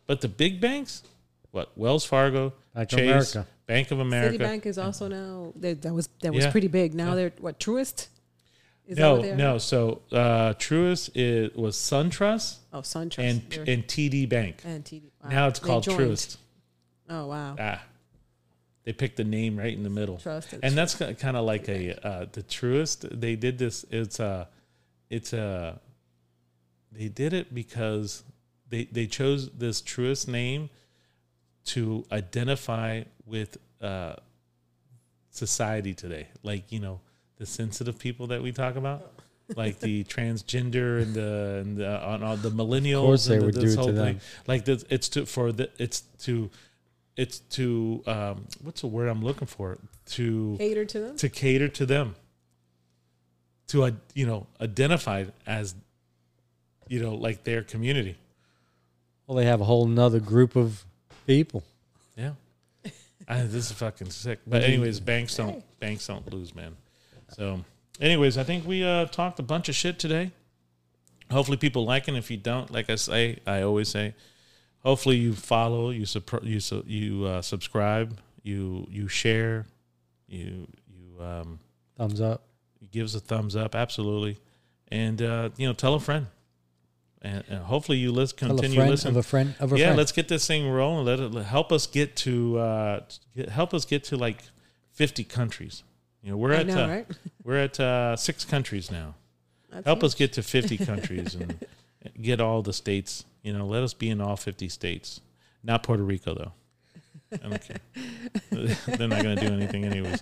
Speaker 2: But the big banks, what Wells Fargo,
Speaker 4: Bank of
Speaker 2: Chase,
Speaker 4: America.
Speaker 2: Bank of America.
Speaker 5: Citibank is also now that, that was that was
Speaker 2: Yeah.
Speaker 5: pretty big. Now they're what Truist? Is that what they are?
Speaker 2: no, no. So uh, Truist is, was SunTrust
Speaker 5: Oh, SunTrust
Speaker 2: and
Speaker 5: They're-
Speaker 2: and TD Bank.
Speaker 5: and TD. Wow.
Speaker 2: Now it's
Speaker 5: They
Speaker 2: called
Speaker 5: joined.
Speaker 2: Truist.
Speaker 5: Oh wow.
Speaker 2: Ah, they picked the name right in the middle.
Speaker 5: Trust and
Speaker 2: and that's kind of like a uh, the truest. They did this. It's a, it's a. They did it because they they chose this truest name to identify with uh, society today. Like you know the sensitive people that we talk about. Like the transgender and the and the, on all the millennials,
Speaker 4: course they
Speaker 2: and the-
Speaker 4: would do
Speaker 2: this
Speaker 4: it to
Speaker 2: whole
Speaker 4: them.
Speaker 2: thing. Like this, it's to for the it's to it's to um, what's the word I'm looking for to
Speaker 5: Cater to them.
Speaker 2: to cater to them to uh, you know identify as you know like their community
Speaker 4: Well, they have a whole nother group of people.
Speaker 2: yeah I, this is fucking sick but
Speaker 4: Mm-hmm.
Speaker 2: anyways banks don't banks don't lose man so anyways I think we uh, talked a bunch of shit today hopefully people like it if you don't like I say I always say hopefully you follow you supr- you su- you uh, subscribe you you share you you um
Speaker 4: Thumbs up.
Speaker 2: gives a thumbs up, absolutely, and uh, you know, tell a friend, and, and hopefully you list
Speaker 4: Tell a
Speaker 2: continue
Speaker 4: friend
Speaker 2: listening.
Speaker 4: of a friend of a
Speaker 2: yeah,
Speaker 4: friend.
Speaker 2: let's get this thing rolling. Let it help us get to uh, get, help us get to like fifty countries. You know, we're
Speaker 5: I
Speaker 2: at
Speaker 5: know,
Speaker 2: uh,
Speaker 5: right?
Speaker 2: we're at uh, six countries now.
Speaker 5: That's it.
Speaker 2: help us get to fifty countries and get all the states. You know, let us be in all fifty states. Not Puerto Rico though. I don't care. They're not going to do anything anyways.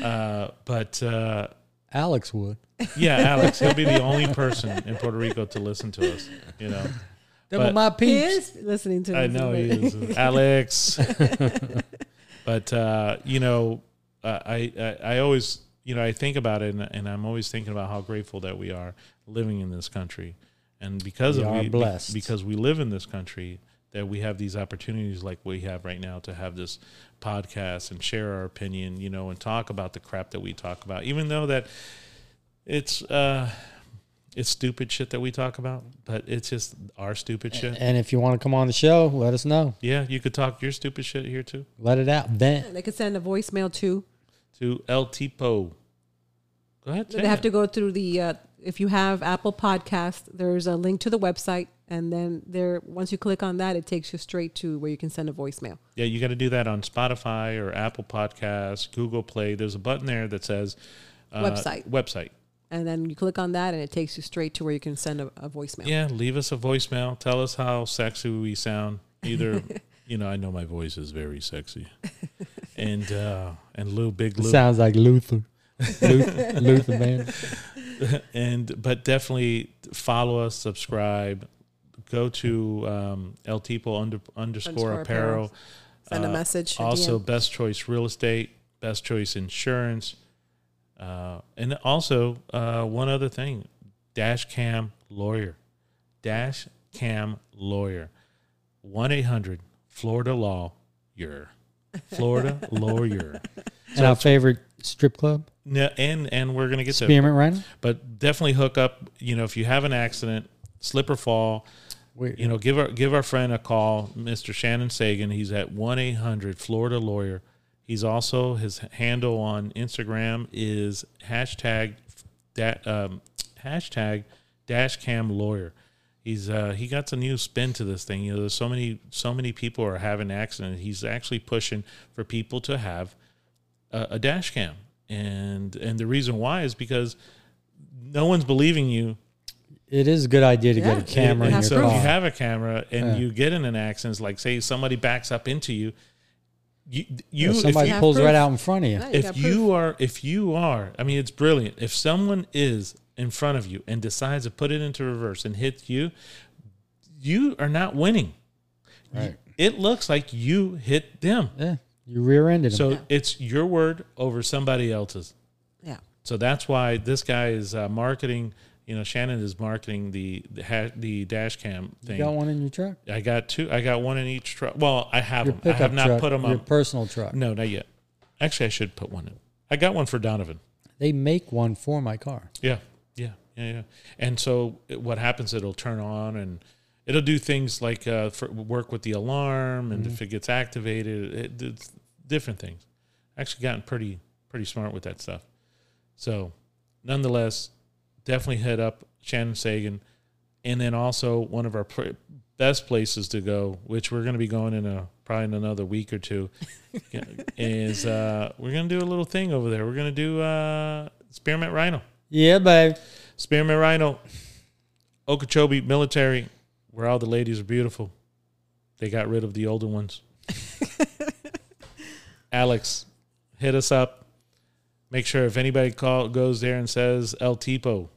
Speaker 2: Uh, but. Uh,
Speaker 4: Alex would.
Speaker 2: yeah, Alex, he'll be the only person in Puerto Rico to listen to us. You know,
Speaker 4: Them
Speaker 2: But-
Speaker 4: are my
Speaker 5: He
Speaker 4: peeps.
Speaker 5: is listening to.
Speaker 2: I
Speaker 5: this,
Speaker 2: know he
Speaker 5: isn't he?
Speaker 2: is Alex, but uh, you know, uh, I, I I always you know I think about it, and, and I'm always thinking about how grateful that we are living in this country, and because
Speaker 4: We
Speaker 2: of
Speaker 4: are
Speaker 2: be-
Speaker 4: blessed.
Speaker 2: because we live in this country that we have these opportunities like we have right now to have this podcast and share our opinion, you know, and talk about the crap that we talk about, even though that it's. uh it's stupid shit that we talk about, but it's just our stupid shit.
Speaker 4: And if you want to come on the show, let us know.
Speaker 2: Yeah, you could talk your stupid shit here too.
Speaker 4: Let it out. Vent.
Speaker 5: They could send a voicemail too.
Speaker 2: To El Tipo. Go ahead.
Speaker 5: They have to go through the. Uh, if you have Apple Podcast, there's a link to the website, and then there. Once you click on that, it takes you straight to where you can send a voicemail.
Speaker 2: Yeah, you got to do that on Spotify or Apple Podcasts, Google Play. There's a button there that says uh,
Speaker 5: Website.
Speaker 2: Website.
Speaker 5: and then you click on that and it takes you straight to where you can send a, a voicemail.
Speaker 2: Yeah, leave us a voicemail. Tell us how sexy we sound. Either, you know, I know my voice is very sexy, and uh, and Lou Big Lou.
Speaker 4: Sounds like Luther. Luther, Luther man.
Speaker 2: and but definitely follow us, subscribe, go to um, El Tipo under, underscore
Speaker 5: Underscore
Speaker 2: apparel. Uh,
Speaker 5: Apparel.
Speaker 3: Send a message.
Speaker 2: Also,
Speaker 3: DM.
Speaker 2: best choice real estate, best choice insurance, uh, and also uh, one other thing: dash cam lawyer, dash cam lawyer, one eight hundred Florida law your Florida lawyer.
Speaker 4: and our favorite strip club,
Speaker 2: No, and and we're gonna get to it.
Speaker 4: Spearmint Rhino.
Speaker 2: but definitely hook up. You know, if you have an accident, slip or fall,
Speaker 4: Wait,
Speaker 2: you know, give our give our friend a call, Mr. Shannon Sagan. He's at one eight hundred Florida Lawyer. He's also his handle on Instagram is hashtag da, um, hashtag dash cam lawyer. He's uh, he got some new spin to this thing. You know, there's so many so many people are having accidents. He's actually pushing for people to have a, a dash cam, and and the reason why is because no one's believing you
Speaker 4: it is a good idea to
Speaker 5: Yeah.
Speaker 4: get a camera
Speaker 2: and
Speaker 4: in
Speaker 5: has
Speaker 2: so
Speaker 4: your
Speaker 2: if you
Speaker 4: car.
Speaker 2: have a camera and you get in an accident, it's like say somebody backs up into you, you you
Speaker 4: If
Speaker 2: if
Speaker 4: somebody
Speaker 2: you-
Speaker 5: have
Speaker 4: pulls
Speaker 5: proof.
Speaker 4: right out in front of you.
Speaker 5: Right.
Speaker 2: if
Speaker 5: got
Speaker 2: you are if you are i mean it's brilliant if someone is in front of you and decides to put it into reverse and hits you you are not winning
Speaker 4: Right.
Speaker 2: it looks like you hit them
Speaker 4: Yeah, you rear-ended him.
Speaker 2: so it's your word over somebody else's
Speaker 5: Yeah.
Speaker 2: so that's why this guy is uh, marketing you know shannon is marketing the the, ha- the dash cam
Speaker 4: you
Speaker 2: thing
Speaker 4: got one in your truck.
Speaker 2: I got two. I got one in each truck. Well, I have
Speaker 4: Your
Speaker 2: them. I
Speaker 4: pickup
Speaker 2: have not
Speaker 4: truck,
Speaker 2: put them
Speaker 4: your
Speaker 2: up.
Speaker 4: personal truck.
Speaker 2: no, not yet. Actually, I should put one in. I got one for Donovan.
Speaker 4: They make one for my car.
Speaker 2: Yeah, yeah, yeah, yeah. And so it- what happens? It'll turn on and it'll do things like uh, for work with the alarm, and if it gets activated, it, it's different things. Actually, gotten pretty pretty smart with that stuff. So, nonetheless, definitely hit up Shannon Sagan, and then also one of our pr- best places to go, which we're going to be going in a probably in another week or two, is uh, we're going to do a little thing over there. We're going to do uh, Spearmint Rhino.
Speaker 4: Yeah, babe.
Speaker 2: Spearman Rhino, Okeechobee Military, where all the ladies are beautiful. They got rid of the older ones. Alex, hit us up. Make sure if anybody call, goes there and says El Tipo,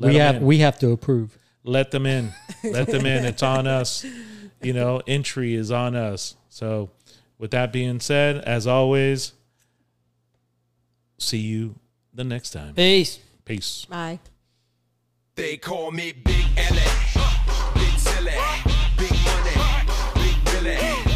Speaker 2: let
Speaker 4: we
Speaker 2: them
Speaker 4: have
Speaker 2: in.
Speaker 4: we have to approve.
Speaker 2: let them in. Let them in. It's on us. You know, entry is on us. So, with that being said, as always, see you the next time.
Speaker 4: Peace.
Speaker 2: Peace.
Speaker 5: Bye.
Speaker 1: They call me Big L, Big Silly, Big Money, Big Billy.